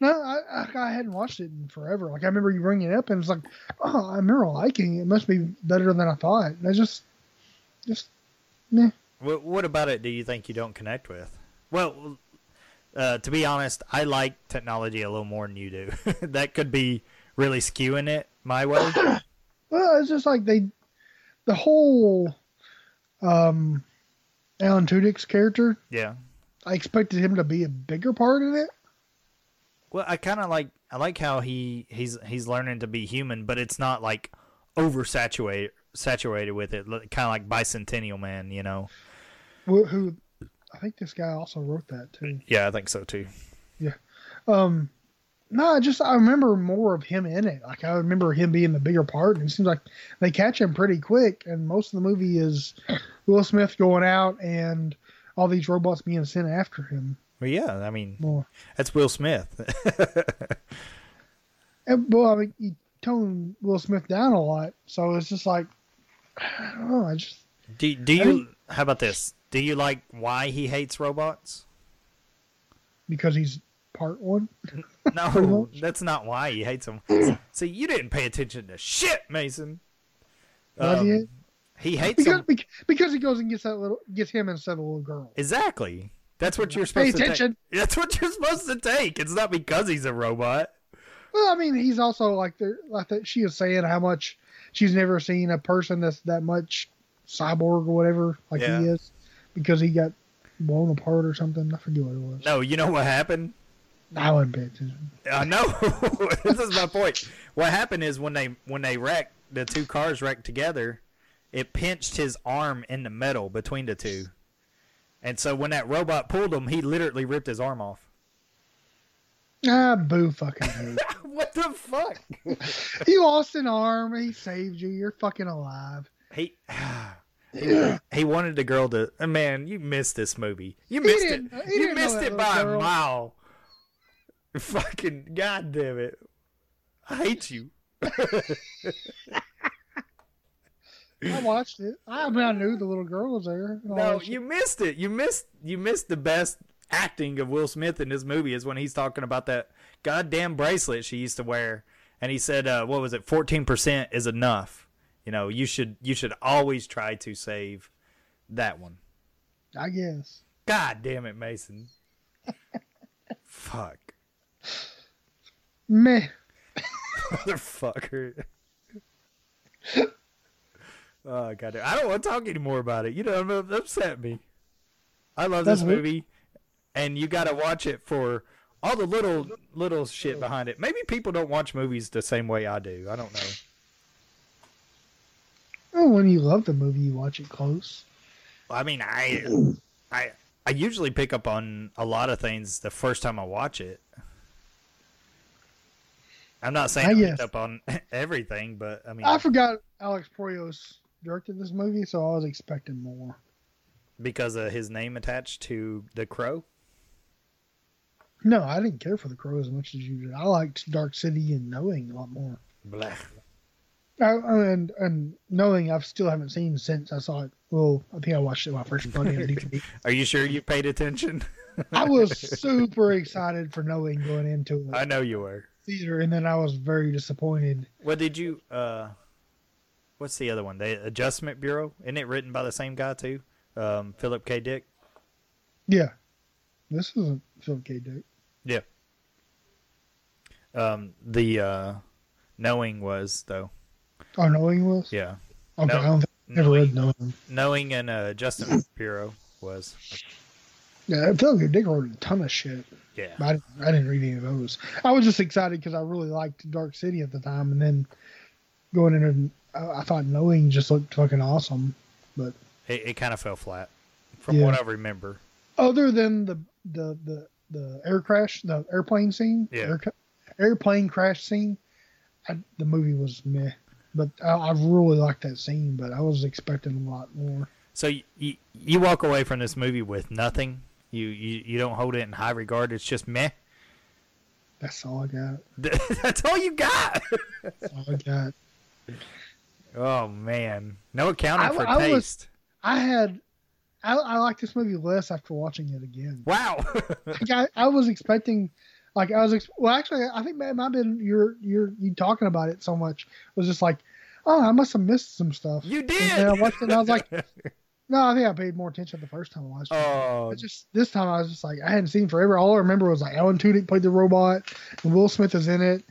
Speaker 7: No, I, I I hadn't watched it in forever. Like I remember you bringing it up, and it's like, oh, I remember liking it. It must be better than I thought. And I just, just, meh.
Speaker 6: What What about it? Do you think you don't connect with? Well, uh, to be honest, I like technology a little more than you do. that could be really skewing it my way.
Speaker 7: Well, it's just like they, the whole, um, Alan Tudyk's character.
Speaker 6: Yeah.
Speaker 7: I expected him to be a bigger part in it.
Speaker 6: Well, I kind of like I like how he he's he's learning to be human, but it's not like oversaturated saturated with it. Kind of like Bicentennial Man, you know.
Speaker 7: Who, who, I think this guy also wrote that too.
Speaker 6: Yeah, I think so too.
Speaker 7: Um, no, I just I remember more of him in it. Like I remember him being the bigger part, and it seems like they catch him pretty quick. And most of the movie is Will Smith going out and all these robots being sent after him.
Speaker 6: Well, yeah, I mean,
Speaker 7: More.
Speaker 6: that's Will Smith.
Speaker 7: And, well, I mean, you tone Will Smith down a lot, so it's just like, I don't know. I just
Speaker 6: do do you? How about this? Do you like why he hates robots?
Speaker 7: because he's part one.
Speaker 6: No, that's not why he hates them. See, you didn't pay attention to shit, Mason.
Speaker 7: Not
Speaker 6: Um,
Speaker 7: yet.
Speaker 6: he hates
Speaker 7: because,
Speaker 6: them.
Speaker 7: bec- because he goes and gets that little gets him instead of the little girl.
Speaker 6: Exactly. That's what you're
Speaker 7: Pay
Speaker 6: supposed
Speaker 7: attention.
Speaker 6: to take. That's what you're supposed to take. It's not because he's a robot.
Speaker 7: Well, I mean, he's also like the like that. She is saying how much she's never seen a person that's that much cyborg or whatever like
Speaker 6: Yeah.
Speaker 7: he is because he got blown apart or something. I forget what it was.
Speaker 6: No, you know what happened?
Speaker 7: I wouldn't pay attention.
Speaker 6: I know. this is my point. What happened is when they when they wrecked the two cars wrecked together, it pinched his arm in the metal between the two, and so when that robot pulled him, he literally ripped his arm off.
Speaker 7: Ah, boo, fucking boo.
Speaker 6: what the fuck?
Speaker 7: you lost an arm. He saved you. You're fucking alive.
Speaker 6: He he, he wanted the girl to. uh, Man, you missed this movie. You
Speaker 7: He
Speaker 6: missed it.
Speaker 7: didn't- he
Speaker 6: You
Speaker 7: didn't know
Speaker 6: missed
Speaker 7: that
Speaker 6: it
Speaker 7: little
Speaker 6: by a
Speaker 7: girl.
Speaker 6: mile. Fucking goddamn it! I hate you.
Speaker 7: I watched it. I mean, I knew the little girl was there. and all
Speaker 6: No,
Speaker 7: that shit.
Speaker 6: you missed it. You missed you missed the best acting of Will Smith in this movie is when he's talking about that goddamn bracelet she used to wear, and he said, uh, "What was it? Fourteen percent is enough. You know, you should you should always try to save that one."
Speaker 7: I guess.
Speaker 6: God damn it, Mason. Fuck,
Speaker 7: Meh.
Speaker 6: motherfucker. oh goddamn! I don't want to talk anymore about it. You know, it upset me. I love this
Speaker 7: That's weird.
Speaker 6: movie, and you got to watch it for all the little little shit behind it. Maybe people don't watch movies the same way I do. I don't know.
Speaker 7: Oh, when you love the movie, you watch it close.
Speaker 6: I mean, I I I usually pick up on a lot of things the first time I watch it. I'm not saying
Speaker 7: I
Speaker 6: I,
Speaker 7: guess.
Speaker 6: picked up on everything, but I mean,
Speaker 7: I forgot Alex Proyas directed this movie, so I was expecting more.
Speaker 6: because of his name attached to the crow.
Speaker 7: No, I didn't care for The Crow as much as you did. I liked Dark City and Knowing a lot more.
Speaker 6: Blah.
Speaker 7: I, and and Knowing I still haven't seen since I saw it. Well, I think I watched it when I first put it on DVD.
Speaker 6: Are you sure you paid attention?
Speaker 7: I was super excited for Knowing going into it.
Speaker 6: I know you were.
Speaker 7: theater, and then I was very disappointed.
Speaker 6: What did you? uh What's the other one? The Adjustment Bureau. Isn't it written by the same guy too? Um, Philip K. Dick.
Speaker 7: Yeah, this isn't Philip K. Dick.
Speaker 6: Yeah. Um, the uh, knowing was though.
Speaker 7: Oh, Knowing was.
Speaker 6: Yeah.
Speaker 7: Okay,
Speaker 6: No-
Speaker 7: I don't think I've never read Knowing.
Speaker 6: knowing and uh, Justin Bureau was.
Speaker 7: Yeah, Philip K. Dick wrote a ton of shit.
Speaker 6: Yeah.
Speaker 7: But I didn't, I didn't read any of those. I was just excited because I really liked Dark City at the time, and then going in and I, I thought Knowing just looked fucking awesome. But
Speaker 6: It, it kind of fell flat, from
Speaker 7: Yeah.
Speaker 6: what I remember.
Speaker 7: other than the the the the air crash, the airplane scene,
Speaker 6: Yeah.
Speaker 7: air, airplane crash scene, I, the movie was meh. But I, I really liked that scene, but I was expecting a lot more.
Speaker 6: So you, you you walk away from this movie with nothing. You, you you don't hold it in high regard. It's just meh.
Speaker 7: That's all I got.
Speaker 6: That's all you got.
Speaker 7: That's all I got.
Speaker 6: oh man, no accounting
Speaker 7: I-
Speaker 6: for
Speaker 7: I was-
Speaker 6: taste.
Speaker 7: I had, I, I liked this movie less after watching it again.
Speaker 6: Wow.
Speaker 7: like I, I was expecting like I was ex- well actually I think it might have been your your you talking about it so much was just like oh I must have missed some stuff
Speaker 6: You
Speaker 7: and I
Speaker 6: did.
Speaker 7: watched it and I was like no I think I paid more attention the first time I watched it
Speaker 6: Oh,
Speaker 7: But just this time I was just like I hadn't seen forever all I remember was like Alan Tudyk played the robot and Will Smith is in it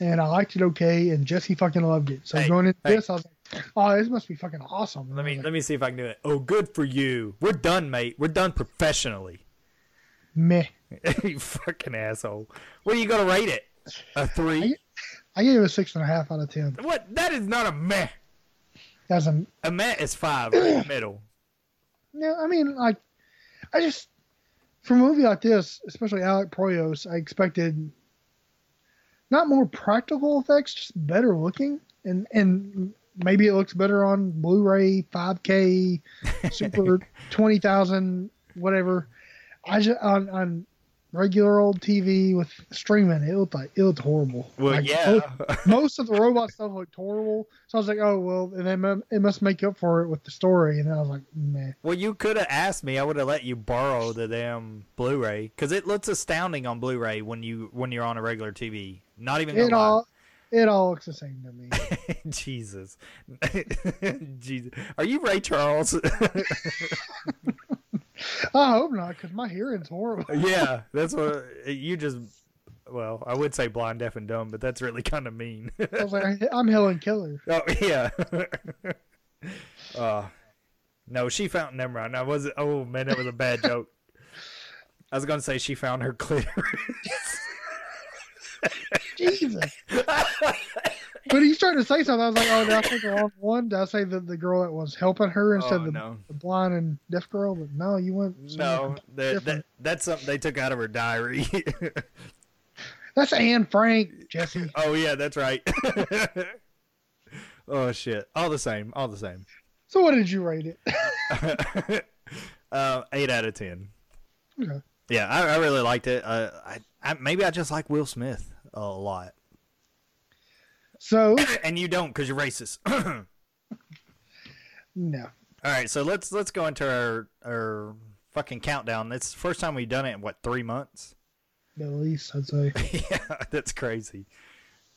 Speaker 7: and I liked it okay and Jesse fucking loved it so
Speaker 6: Hey,
Speaker 7: going into
Speaker 6: hey.
Speaker 7: this I was like oh this must be fucking awesome
Speaker 6: let me let me see if I can do it. Oh, good for you. We're done, mate. We're done professionally.
Speaker 7: meh
Speaker 6: you fucking asshole. What are you gonna rate it? A three?
Speaker 7: I gave it a six and a half out of ten
Speaker 6: What? That is not a meh.
Speaker 7: that's a
Speaker 6: A meh is five, right in the middle.
Speaker 7: No, I mean, like, I just for a movie like this, especially Alec Proyos, I expected not more practical effects, just better looking, and and maybe it looks better on Blu-ray, 5K, Super 20,000, whatever. I just on on regular old TV with streaming, it looked like it looked horrible.
Speaker 6: Well,
Speaker 7: Like,
Speaker 6: yeah.
Speaker 7: most- most of the robot stuff looked horrible. So I was like, oh well, and then mu- it must make up for it with the story. And then I was like, man,
Speaker 6: Well, you could have asked me. I would have let you borrow the damn Blu-ray because it looks astounding on Blu-ray when you when you're on a regular TV. Not even
Speaker 7: it
Speaker 6: gonna lie.
Speaker 7: all it all looks the same to me.
Speaker 6: Jesus, Jesus, are you Ray Charles?
Speaker 7: I hope not, because my hearing's horrible.
Speaker 6: yeah, that's what you just. Well, I would say blind, deaf, and dumb, but that's really kind of mean.
Speaker 7: I was like, I'm Helen Keller.
Speaker 6: Oh yeah. uh, no, she found never mind. I was oh man, that was a bad joke. I was gonna say she found her clitoris.
Speaker 7: Jesus. But he's trying to say something. I was like, oh, did I say the wrong one? Did I say the, the girl that was helping her instead
Speaker 6: Oh,
Speaker 7: of the,
Speaker 6: no.
Speaker 7: the blind and deaf girl? But no, you went.
Speaker 6: no, that, that
Speaker 7: Different.
Speaker 6: that's something they took out of her diary.
Speaker 7: That's Anne Frank, Jesse.
Speaker 6: oh yeah, that's right. oh shit, all the same, all the same.
Speaker 7: So what did you rate it?
Speaker 6: Uh, eight out of ten.
Speaker 7: Okay.
Speaker 6: Yeah, I, I really liked it. Uh, I, I maybe I just like Will Smith a lot.
Speaker 7: So
Speaker 6: and you don't because you're racist.
Speaker 7: No.
Speaker 6: All right, so let's let's go into our our fucking countdown. It's the first time we've done it in what three months.
Speaker 7: At least I'd say.
Speaker 6: yeah, that's crazy.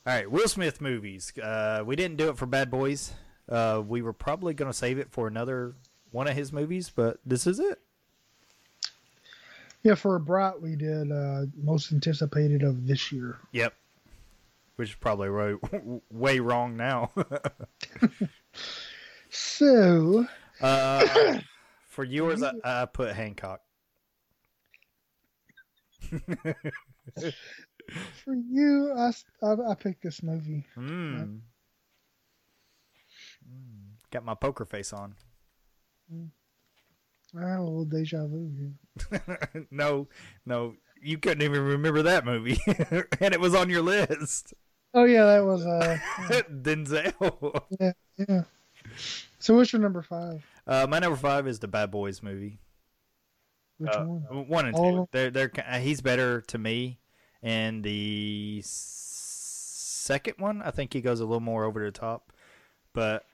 Speaker 6: All right, Will Smith movies. Uh, we didn't do it for Bad Boys. Uh, we were probably gonna save it for another one of his movies, but this is it.
Speaker 7: Yeah, for a brat we did uh, most anticipated of this year.
Speaker 6: Yep. Which is probably ro- way wrong now.
Speaker 7: So
Speaker 6: uh, for yours, I, I put Hancock.
Speaker 7: for you, I, s- I- I picked this movie.
Speaker 6: Mm. Got my poker face on.
Speaker 7: I had a little Ah, deja vu here.
Speaker 6: no, no, you couldn't even remember that movie, and it was on your list.
Speaker 7: Oh yeah, that was uh
Speaker 6: Denzel.
Speaker 7: yeah yeah. So what's your number five?
Speaker 6: Uh, my number five is the Bad Boys movie.
Speaker 7: Which
Speaker 6: Uh,
Speaker 7: one?
Speaker 6: One and
Speaker 7: All of
Speaker 6: two.
Speaker 7: them?
Speaker 6: They're, they're, ki- uh, he's better to me. And the s- second one, I think he goes a little more over the top. But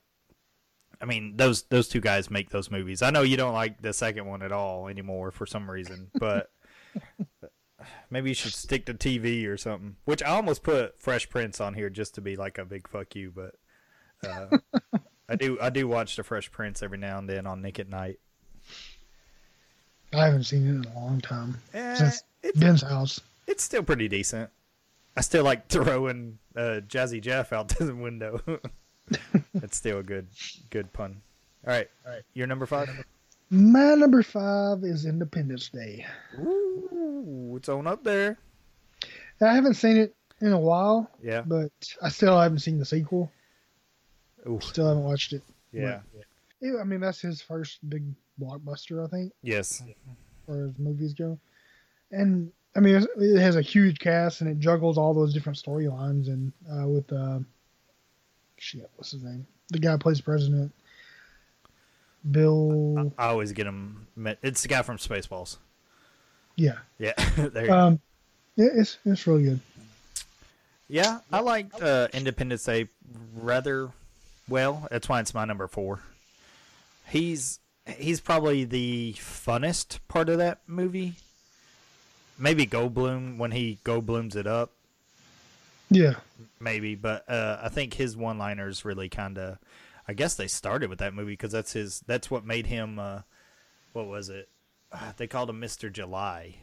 Speaker 6: I mean, those those two guys make those movies. I know you don't like the second one at all anymore for some reason, but uh, maybe you should stick to TV or something. Which I almost put Fresh Prince on here just to be like a big fuck you, but uh, I do I do watch the Fresh Prince every now and then on Nick at Night.
Speaker 7: I haven't seen it in a long time
Speaker 6: Eh,
Speaker 7: since Ben's house.
Speaker 6: It's still pretty decent. I still like throwing uh, Jazzy Jeff out to the window. That's still a good good pun. All right, all right. Your number five.
Speaker 7: My number five is Independence Day.
Speaker 6: Ooh, it's on up there.
Speaker 7: I haven't seen it in a while,
Speaker 6: Yeah.
Speaker 7: but I still haven't seen the sequel.
Speaker 6: Ooh.
Speaker 7: Still haven't watched it.
Speaker 6: Yeah.
Speaker 7: Yeah, I mean, that's his first big blockbuster, I think,
Speaker 6: Yes.
Speaker 7: where his movies go. And I mean, it's- it has a huge cast and it juggles all those different storylines. And uh, with uh, shit, what's his name? The guy who plays president, Bill.
Speaker 6: I always get him. Met. It's the guy from Spaceballs.
Speaker 7: Yeah,
Speaker 6: Yeah. there you go.
Speaker 7: um, it, it's it's really good.
Speaker 6: Yeah, I liked uh, Independence Day rather well. That's why it's my number four. He's he's probably the funnest part of that movie. Maybe Goldblum when he Goldblums it up,
Speaker 7: Yeah,
Speaker 6: maybe. But uh, I think his one-liners really kind of. I guess they started with that movie because that's his. That's what made him. Uh, what was it? Uh, They called him Mister July.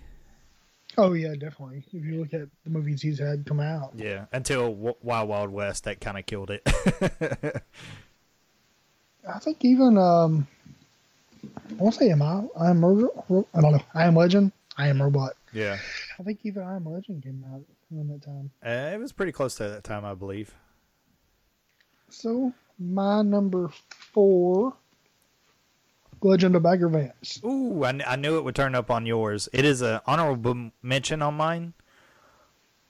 Speaker 7: Oh yeah, definitely. If you look at the movies he's had come out,
Speaker 6: Yeah. Until w- Wild Wild West, that kind of killed it.
Speaker 7: I think even um, I want to say am I I am murder. Ro- I don't know. I am Legend. I am Robot.
Speaker 6: yeah.
Speaker 7: I think even I am Legend came out around that time.
Speaker 6: Uh, it was pretty close to that time, I believe.
Speaker 7: So my number four, Legend of Bagger Vance.
Speaker 6: Ooh, I, kn- I knew it would turn up on yours. It is an honorable m- mention on mine.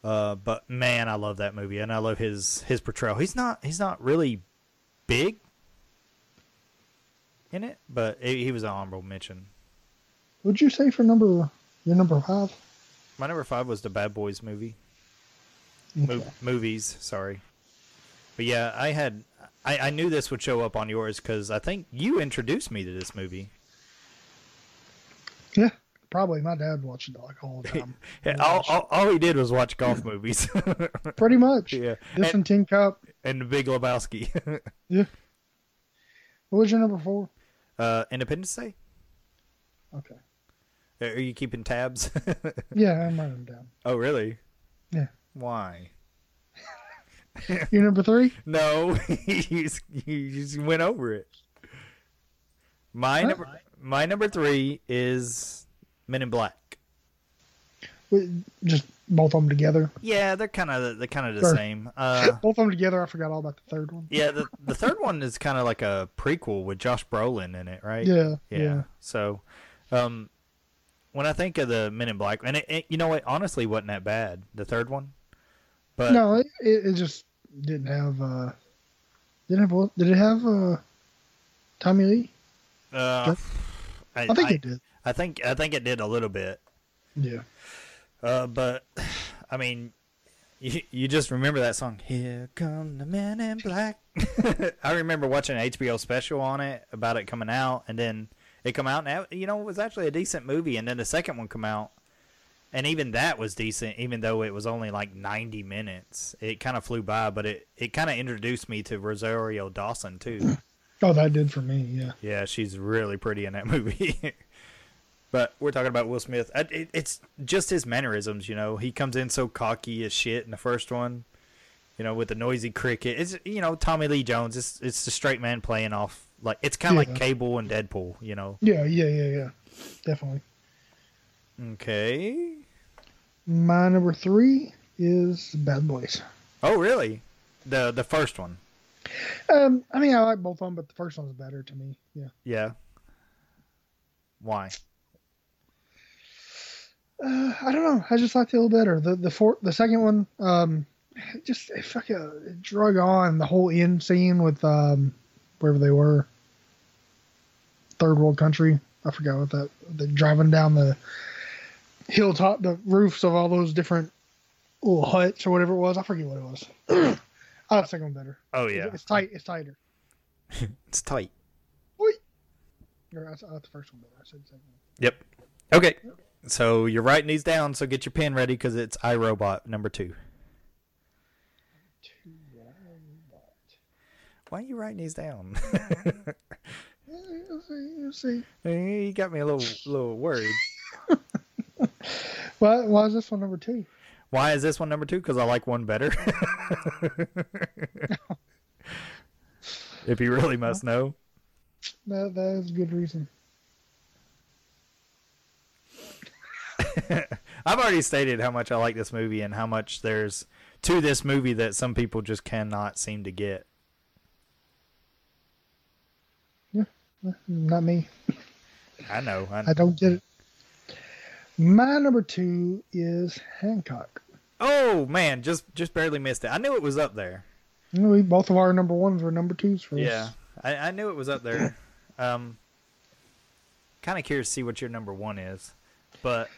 Speaker 6: Uh, but man, I love that movie, and I love his his portrayal. He's not he's not really big in it, but i he was an honorable mention.
Speaker 7: Would you say for number Your number five?
Speaker 6: My number five was the Bad Boys movie. Mo- movies, sorry. But yeah, I had I, I knew this would show up on yours because I think you introduced me to this movie.
Speaker 7: Yeah, probably. My dad watched it like all the time.
Speaker 6: Yeah, all, all, all he did was watch golf movies.
Speaker 7: Pretty much.
Speaker 6: yeah,
Speaker 7: This and Tin Cup.
Speaker 6: and The Big Lebowski.
Speaker 7: Yeah. What was your number four?
Speaker 6: uh, Independence Day.
Speaker 7: Okay.
Speaker 6: Are you keeping tabs?
Speaker 7: Yeah, I'm writing them down.
Speaker 6: oh, really?
Speaker 7: Yeah.
Speaker 6: Why?
Speaker 7: Your number three?
Speaker 6: No, you, just, you just went over it. My
Speaker 7: Huh?
Speaker 6: number, my number three is Men in Black.
Speaker 7: We- Just both of them together.
Speaker 6: Yeah, they're kind of they're kind of the
Speaker 7: Sure.
Speaker 6: same. Uh,
Speaker 7: both of them together. I forgot all about the third one.
Speaker 6: yeah, the the third one is kind of like a prequel with Josh Brolin in it, right?
Speaker 7: Yeah,
Speaker 6: yeah.
Speaker 7: yeah.
Speaker 6: So, um, when I think of the Men in Black, and it, it, you know what, honestly, wasn't that bad. The third one, but
Speaker 7: no, it, it, it just didn't have. uh Didn't have. what- Did it have uh Tommy Lee?
Speaker 6: uh,
Speaker 7: I think it did.
Speaker 6: I think I think it did a little bit.
Speaker 7: Yeah.
Speaker 6: Uh, but I mean, you, you just remember that song. Here come the men in black. I remember watching an HBO special on it about it coming out, and then it come out, and that- you know, it was actually a decent movie. And then the second one come out, and even that was decent, even though it was only like ninety minutes. It kind of flew by, but it it kind of introduced me to Rosario Dawson too.
Speaker 7: Oh, that did for me. Yeah.
Speaker 6: Yeah, she's really pretty in that movie. but we're talking about Will Smith. I, it, it's just his mannerisms, you know. He comes in so cocky as shit in the first one, you know, with the noisy cricket. It's you know Tommy Lee Jones. It's it's the straight man playing off like it's kind of
Speaker 7: Yeah.
Speaker 6: like Cable and Deadpool, you know.
Speaker 7: Yeah. Yeah. Yeah. Yeah. Definitely.
Speaker 6: Okay.
Speaker 7: My number three is Bad Boys.
Speaker 6: Oh really? The the first one.
Speaker 7: Um, I mean, I like both of them, but the first one's better to me. Yeah.
Speaker 6: Yeah. Why?
Speaker 7: Uh, I don't know. I just liked it a little better. The the four, the second one, um, it just it fucking it drug on the whole end scene with um, wherever they were, third world country. I forgot what that. The driving down the hilltop, the roofs of all those different little huts or whatever it was. I forget what it was. I like the second one better.
Speaker 6: Oh
Speaker 7: It's-
Speaker 6: yeah,
Speaker 7: It's tight. It's tighter.
Speaker 6: it's tight.
Speaker 7: Or I, I like the first one better. I said the second one.
Speaker 6: Yep. Okay. So you're writing these down. So get your pen ready because it's iRobot number two. Why are you writing these down?
Speaker 7: Yeah, you see, you see.
Speaker 6: you got me a little little worried.
Speaker 7: Why, why is this one number two?
Speaker 6: Why is this one number two? Because I like one better. if you really must know.
Speaker 7: That, that is a good reason.
Speaker 6: I've already stated how much I like this movie and how much there's to this movie that some people just cannot seem to get.
Speaker 7: Not me.
Speaker 6: I know. I,
Speaker 7: I don't get it. My number two is Hancock.
Speaker 6: Oh man, just just barely missed it. I knew it was up there.
Speaker 7: You know, we both of our number ones were number twos for us.
Speaker 6: Yeah, I, I knew it was up there. Um, kind of curious to see what your number one is, but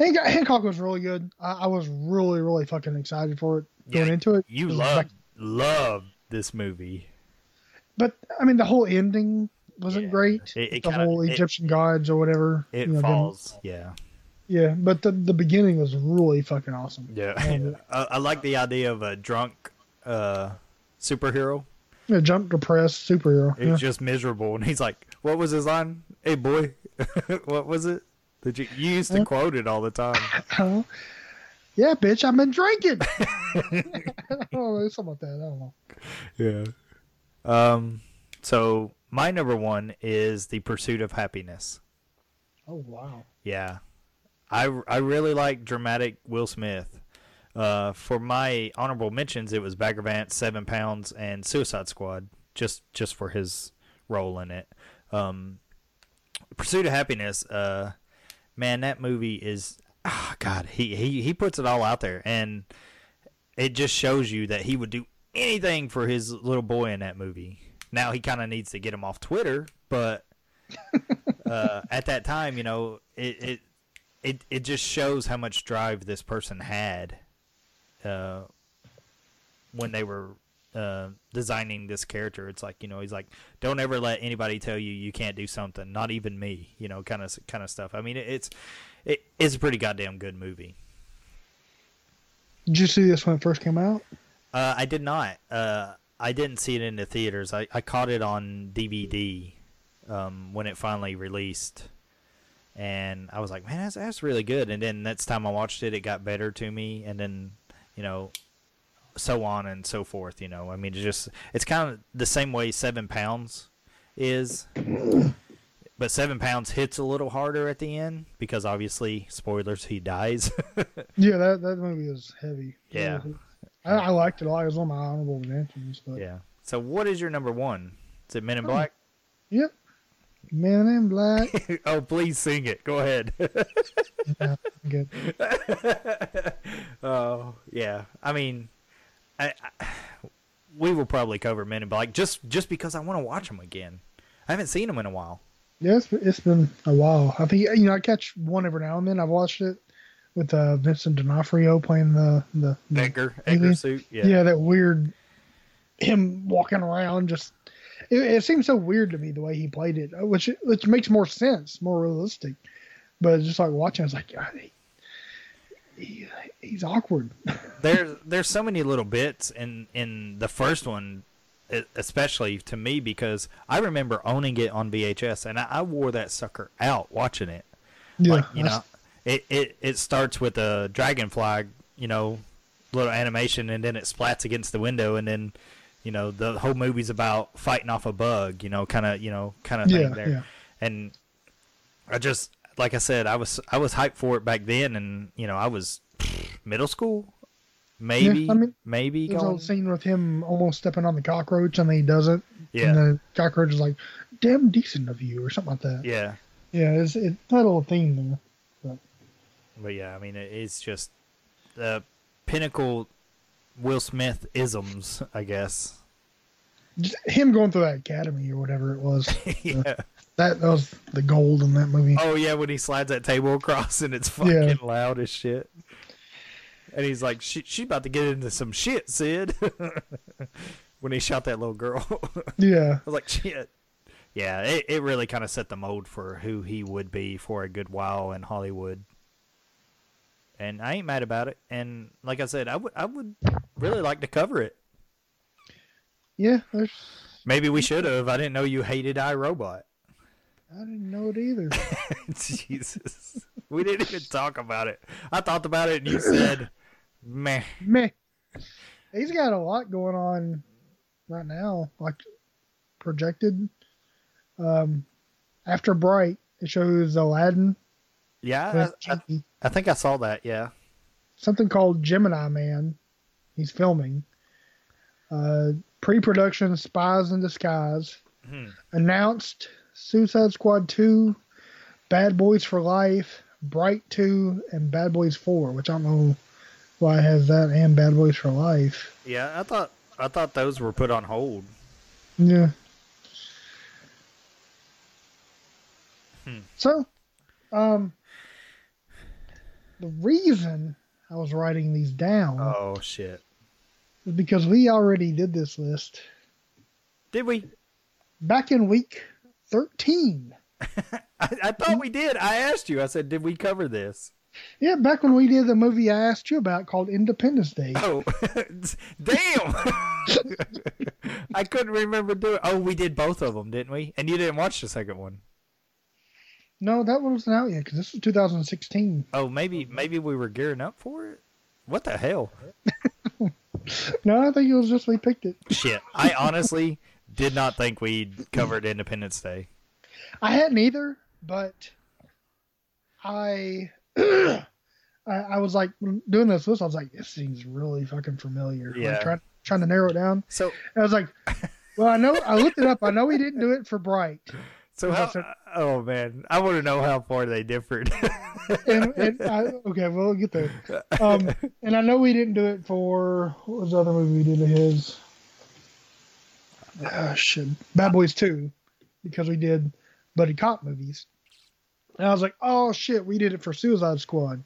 Speaker 7: Hancock, Hancock was really good. I, I was really, really fucking excited for it going into it.
Speaker 6: you
Speaker 7: It was
Speaker 6: love
Speaker 7: like-
Speaker 6: love this movie.
Speaker 7: but I mean, the whole ending wasn't great.
Speaker 6: It- it
Speaker 7: the
Speaker 6: kinda-
Speaker 7: whole
Speaker 6: it-
Speaker 7: Egyptian gods or whatever.
Speaker 6: It
Speaker 7: you know, them-
Speaker 6: falls. Yeah,
Speaker 7: yeah, but the the beginning was really fucking awesome.
Speaker 6: yeah.
Speaker 7: And-
Speaker 6: I, I like the idea of a drunk uh, superhero.
Speaker 7: Yeah, jump depressed superhero.
Speaker 6: It's
Speaker 7: yeah.
Speaker 6: just miserable, and he's like, "What was his line? Hey boy, what was it? Did you you used to quote it all the time?"
Speaker 7: Huh? Yeah, bitch, I've been drinking. I don't know, something like that. I don't know.
Speaker 6: Yeah. Um. So my number one is the pursuit of happiness.
Speaker 7: Oh wow.
Speaker 6: Yeah. I, I really like dramatic Will Smith. Uh, for my honorable mentions, it was Bagger Vance, Seven Pounds, and Suicide Squad, just just for his role in it. Um, Pursuit of Happiness, uh, man, that movie is ah God, he, he he puts it all out there, and it just shows you that he would do anything for his little boy in that movie. Now he kind of needs to get him off Twitter, but uh, at that time, you know, it, it it it just shows how much drive this person had uh, when they were uh, designing this character. It's like you know he's like, don't ever let anybody tell you you can't do something, not even me. You know, kind of kind of stuff. I mean, it, it's it, it's a pretty goddamn good movie.
Speaker 7: Did you see this when it first came out?
Speaker 6: Uh, I did not. Uh, I didn't see it in the theaters. I, I caught it on DVD um, when it finally released. And I was like, man, that's, that's really good. And then next time I watched it, it got better to me. And then, you know, so on and so forth. You know, I mean, it's just, it's kind of the same way Seven Pounds is. But Seven Pounds hits a little harder at the end because obviously, spoilers, he dies.
Speaker 7: Yeah, that, that movie is heavy.
Speaker 6: yeah.
Speaker 7: I, I liked it a lot. It was one of my honorable mentions. But
Speaker 6: Yeah. So what is your number one? Is it Men in Black?
Speaker 7: Yep. Man in Black.
Speaker 6: oh, please sing it. Go ahead.
Speaker 7: yeah, I'm good.
Speaker 6: oh, yeah. I mean, I, I, we will probably cover Men in Black just just because I want to watch them again. I haven't seen them in a while.
Speaker 7: Yeah, it's, it's been a while. I think you know I catch one every now and then. I've watched it with uh, Vincent D'Onofrio playing the the the
Speaker 6: Edgar,
Speaker 7: alien.
Speaker 6: Edgar suit. Yeah.
Speaker 7: that weird him walking around just. It, it seems so weird to me the way he played it, uh, which which makes more sense, more realistic. But just like watching, it's like God, he, he, he's awkward.
Speaker 6: there's there's so many little bits in in the first one e- especially to me because i remember owning it on vhs and i, I wore that sucker out watching it
Speaker 7: Yeah,
Speaker 6: like you
Speaker 7: that's-
Speaker 6: know it, it it starts with a dragonfly you know little animation and then it splats against the window and then you know the whole movie's about fighting off a bug you know kind of you know kind of
Speaker 7: Yeah,
Speaker 6: thing there
Speaker 7: yeah.
Speaker 6: and I just like I said, I was I was hyped for it back then, and you know I was middle school, maybe
Speaker 7: I mean,
Speaker 6: maybe
Speaker 7: There's a whole
Speaker 6: going.
Speaker 7: scene with him almost stepping on the cockroach and then he doesn't.
Speaker 6: Yeah.
Speaker 7: And the cockroach is like, damn decent of you or something like that.
Speaker 6: Yeah,
Speaker 7: Yeah, it's it, that little thing there.
Speaker 6: but yeah, I mean it, it's just the pinnacle Will Smith isms, I guess.
Speaker 7: Just him going through that academy or whatever it was.
Speaker 6: yeah.
Speaker 7: That, that was the gold in that movie.
Speaker 6: Oh yeah, when he slides that table across and it's fucking
Speaker 7: Yeah.
Speaker 6: loud as shit. And he's like, she, she's about to get into some shit, Sid. when he shot that little girl.
Speaker 7: Yeah.
Speaker 6: I was like, shit. Yeah, it, it really kind of set the mold for who he would be for a good while in Hollywood. And I ain't mad about it. And like I said, I would I would really like to cover it.
Speaker 7: Yeah, there's,
Speaker 6: Maybe we should have. I didn't know you hated iRobot.
Speaker 7: I didn't know it either.
Speaker 6: Jesus. We didn't even talk about it. I thought about it and you said, meh.
Speaker 7: Meh. He's got a lot going on right now, like projected. Um, after Bright, it shows Aladdin,
Speaker 6: Yeah, I, I, I think I saw that. Yeah.
Speaker 7: something called Gemini Man. He's filming. Uh, pre-production Spies in Disguise
Speaker 6: Hmm.
Speaker 7: announced Suicide Squad 2, Bad Boys for Life, Bright 2, and Bad Boys 4, which I don't know why it has that and Bad Boys for Life.
Speaker 6: Yeah, I thought I thought those were put on hold.
Speaker 7: Yeah.
Speaker 6: Hmm.
Speaker 7: So, um, the reason I was writing these down
Speaker 6: Oh shit.
Speaker 7: is because we already did this list
Speaker 6: Did we?
Speaker 7: back in week 13.
Speaker 6: I, I thought we did. I asked you. I said, did we cover this?
Speaker 7: Yeah, back when we did the movie I asked you about called Independence Day.
Speaker 6: Oh, damn! I couldn't remember doing. Oh, we did both of them, didn't we? And you didn't watch the second one.
Speaker 7: No, that one wasn't out yet because this was 2016.
Speaker 6: Oh, maybe maybe we were gearing up for it. What the hell?
Speaker 7: No, I think it was just we picked it.
Speaker 6: Shit! I honestly did not think we covered Independence Day.
Speaker 7: I hadn't either, but I, I I was like doing this list. I was like, this seems really fucking familiar. Like,
Speaker 6: Yeah.
Speaker 7: trying trying to narrow it down.
Speaker 6: So
Speaker 7: And I was like, well, I know I looked it up. I know we didn't do it for Bright.
Speaker 6: so how? Oh man, I want to know how far they differed.
Speaker 7: and, and I, okay, we'll get there. Um, and I know we didn't do it for what was the other movie we did of his? Ah, shit, Bad Boys Two, because we did buddy cop movies. And I was like, oh shit, we did it for Suicide Squad.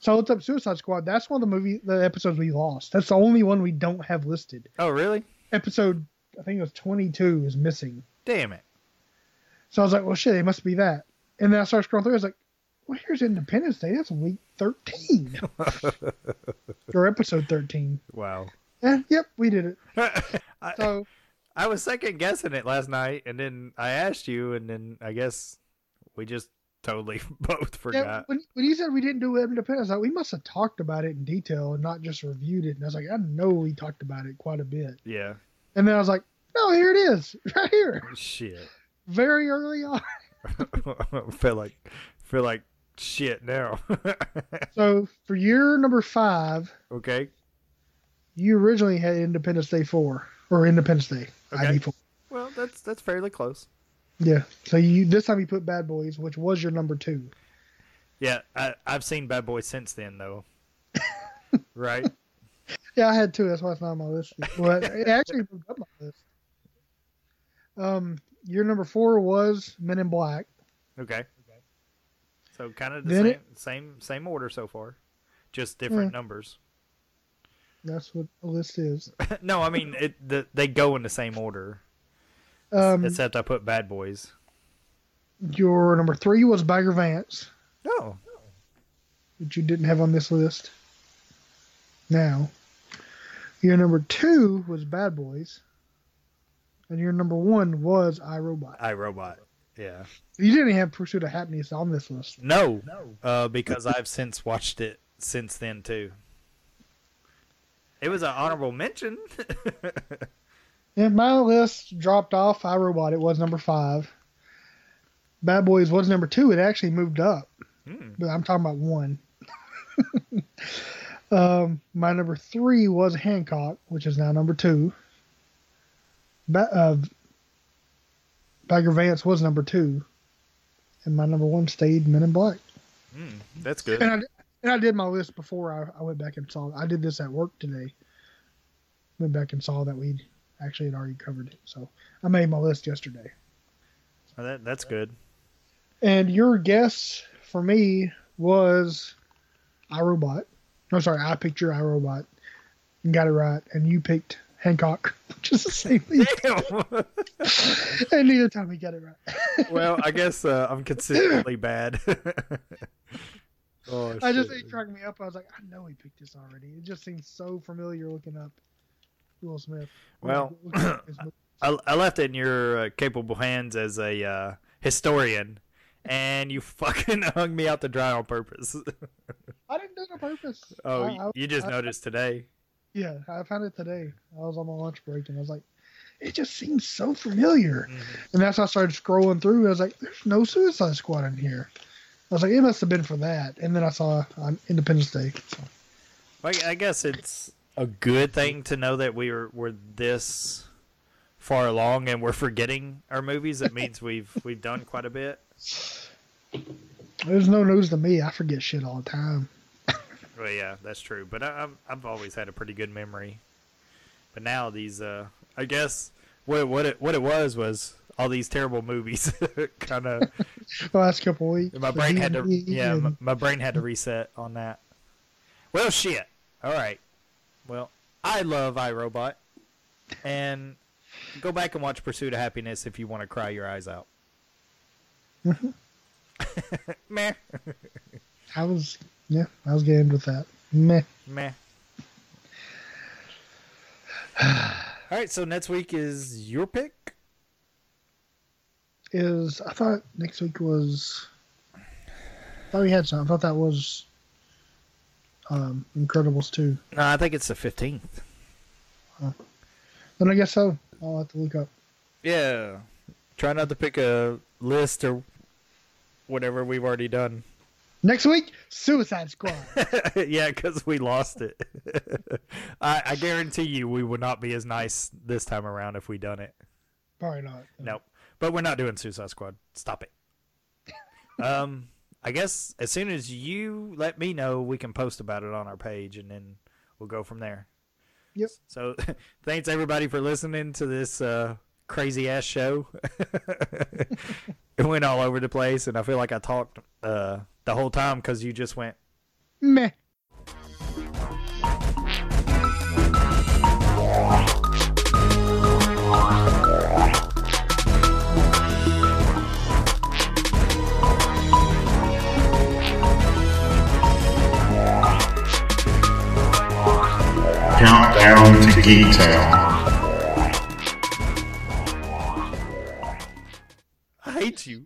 Speaker 7: So I looked up Suicide Squad. That's one of the movie the episodes we lost. That's the only one we don't have listed.
Speaker 6: Oh, really?
Speaker 7: Episode I think it was twenty two is missing.
Speaker 6: Damn it.
Speaker 7: So I was like, well shit, it must be that. And then I started scrolling through. I was like, well here's Independence Day. That's week thirteen or episode thirteen.
Speaker 6: Wow.
Speaker 7: Eh, yep, we did it. so
Speaker 6: I was second guessing it last night, and then I asked you, and then I guess we just totally both
Speaker 7: yeah,
Speaker 6: forgot.
Speaker 7: when, when you said we didn't do Independence, I was like, we must have talked about it in detail and not just reviewed it. And I was like, I know we talked about it quite a bit.
Speaker 6: Yeah.
Speaker 7: And then I was like, no, here it is, right here,
Speaker 6: Shit.
Speaker 7: very early on.
Speaker 6: feel like feel like shit now.
Speaker 7: so for year number five,
Speaker 6: okay.
Speaker 7: you originally had Independence Day four or Independence Day ID four.
Speaker 6: Well, that's that's fairly close.
Speaker 7: Yeah. So you this time you put Bad Boys, which was your number two.
Speaker 6: Yeah, I, I've seen Bad Boy since then, though. right?
Speaker 7: Yeah, I had two. That's why it's not on my list. Well, it actually moved up my list. Um, year number four was Men in Black.
Speaker 6: Okay. So kind of the
Speaker 7: Then
Speaker 6: same,
Speaker 7: it- Hmm.
Speaker 6: same same order so far, just different numbers.
Speaker 7: That's what the list is.
Speaker 6: no, I mean it. The, they go in the same order,
Speaker 7: Um,
Speaker 6: except I put Bad Boys.
Speaker 7: your number three was Bagger Vance,
Speaker 6: Oh,
Speaker 7: which you didn't have on this list. Now, your number two was Bad Boys, and your number one was I Robot.
Speaker 6: I Robot. Yeah.
Speaker 7: You didn't have Pursuit of Happiness on this list.
Speaker 6: No, Uh, because I've since watched it since then too. It was an honorable mention.
Speaker 7: Yeah, my list dropped off. I Robot. It was number five. Bad Boys was number two. It actually moved up, but I'm talking about one. um, my number three was Hancock, which is now number two. Ba- uh, Bagger Vance was number two, and my number one stayed Men in Black.
Speaker 6: Mm, that's good.
Speaker 7: And I and I did my list before I, I went back and saw. I did this at work today. Went back and saw that we actually had already covered it. So I made my list yesterday.
Speaker 6: Well, that that's good.
Speaker 7: And your guess for me was iRobot. No, sorry, I picked your iRobot and got it right. And you picked Hancock, which is the same thing. and neither time we got it right.
Speaker 6: well, I guess uh, I'm consistently bad. oh,
Speaker 7: I just
Speaker 6: shit.
Speaker 7: it cracked me up. I was like, I know we picked this already. It just seems so familiar looking up Will Smith.
Speaker 6: Well,
Speaker 7: Looking
Speaker 6: I,
Speaker 7: up his movie.
Speaker 6: I left it in your uh, capable hands as a uh, historian, and you fucking hung me out to dry on purpose.
Speaker 7: I didn't do it on purpose.
Speaker 6: oh,
Speaker 7: I- I-
Speaker 6: you just
Speaker 7: I-
Speaker 6: noticed today.
Speaker 7: Yeah, I found it today. I was on my lunch break and I was like, it just seems so familiar.
Speaker 6: Mm-hmm.
Speaker 7: And that's how I started scrolling through. I was like, there's no Suicide Squad in here. I was like, it must have been for that. And then I saw on Independence Day. So,
Speaker 6: Like, I guess it's a good thing to know that we are we're this far along and we're forgetting our movies. It means we've we've done quite a bit.
Speaker 7: there's no news to me. I forget shit all the time.
Speaker 6: Well, yeah, that's true. But I, I've I've always had a pretty good memory. But now these, uh, I guess what what it what it was was all these terrible movies. kind of
Speaker 7: The last couple of weeks.
Speaker 6: my brain had to
Speaker 7: And-
Speaker 6: yeah my, my brain had to reset on that. Well, shit. All right. Well, I love iRobot, and go back and watch Pursuit of Happiness if you want to cry your eyes out. Meh.
Speaker 7: I was, yeah, I was gamed with that. Meh.
Speaker 6: Meh. All right, so next week is your pick.
Speaker 7: Is, I thought next week was, I thought we had some. I thought that was um, Incredibles 2.
Speaker 6: No, I think it's the fifteenth.
Speaker 7: Then I guess so. I'll have to look up.
Speaker 6: Yeah. Try not to pick a list or whatever we've already done.
Speaker 7: Next week, Suicide Squad.
Speaker 6: yeah, because we lost it. I, I guarantee you, we would not be as nice this time around if we done it.
Speaker 7: Probably not.
Speaker 6: Nope. But we're not doing Suicide Squad. Stop it. um, I guess as soon as you let me know, we can post about it on our page, and then we'll go from there.
Speaker 7: Yep.
Speaker 6: So, thanks everybody for listening to this uh, crazy ass show. it went all over the place, and I feel like I talked uh, the whole time because you just went
Speaker 7: Meh.
Speaker 15: Countdown to Geek Town.
Speaker 6: I hate you.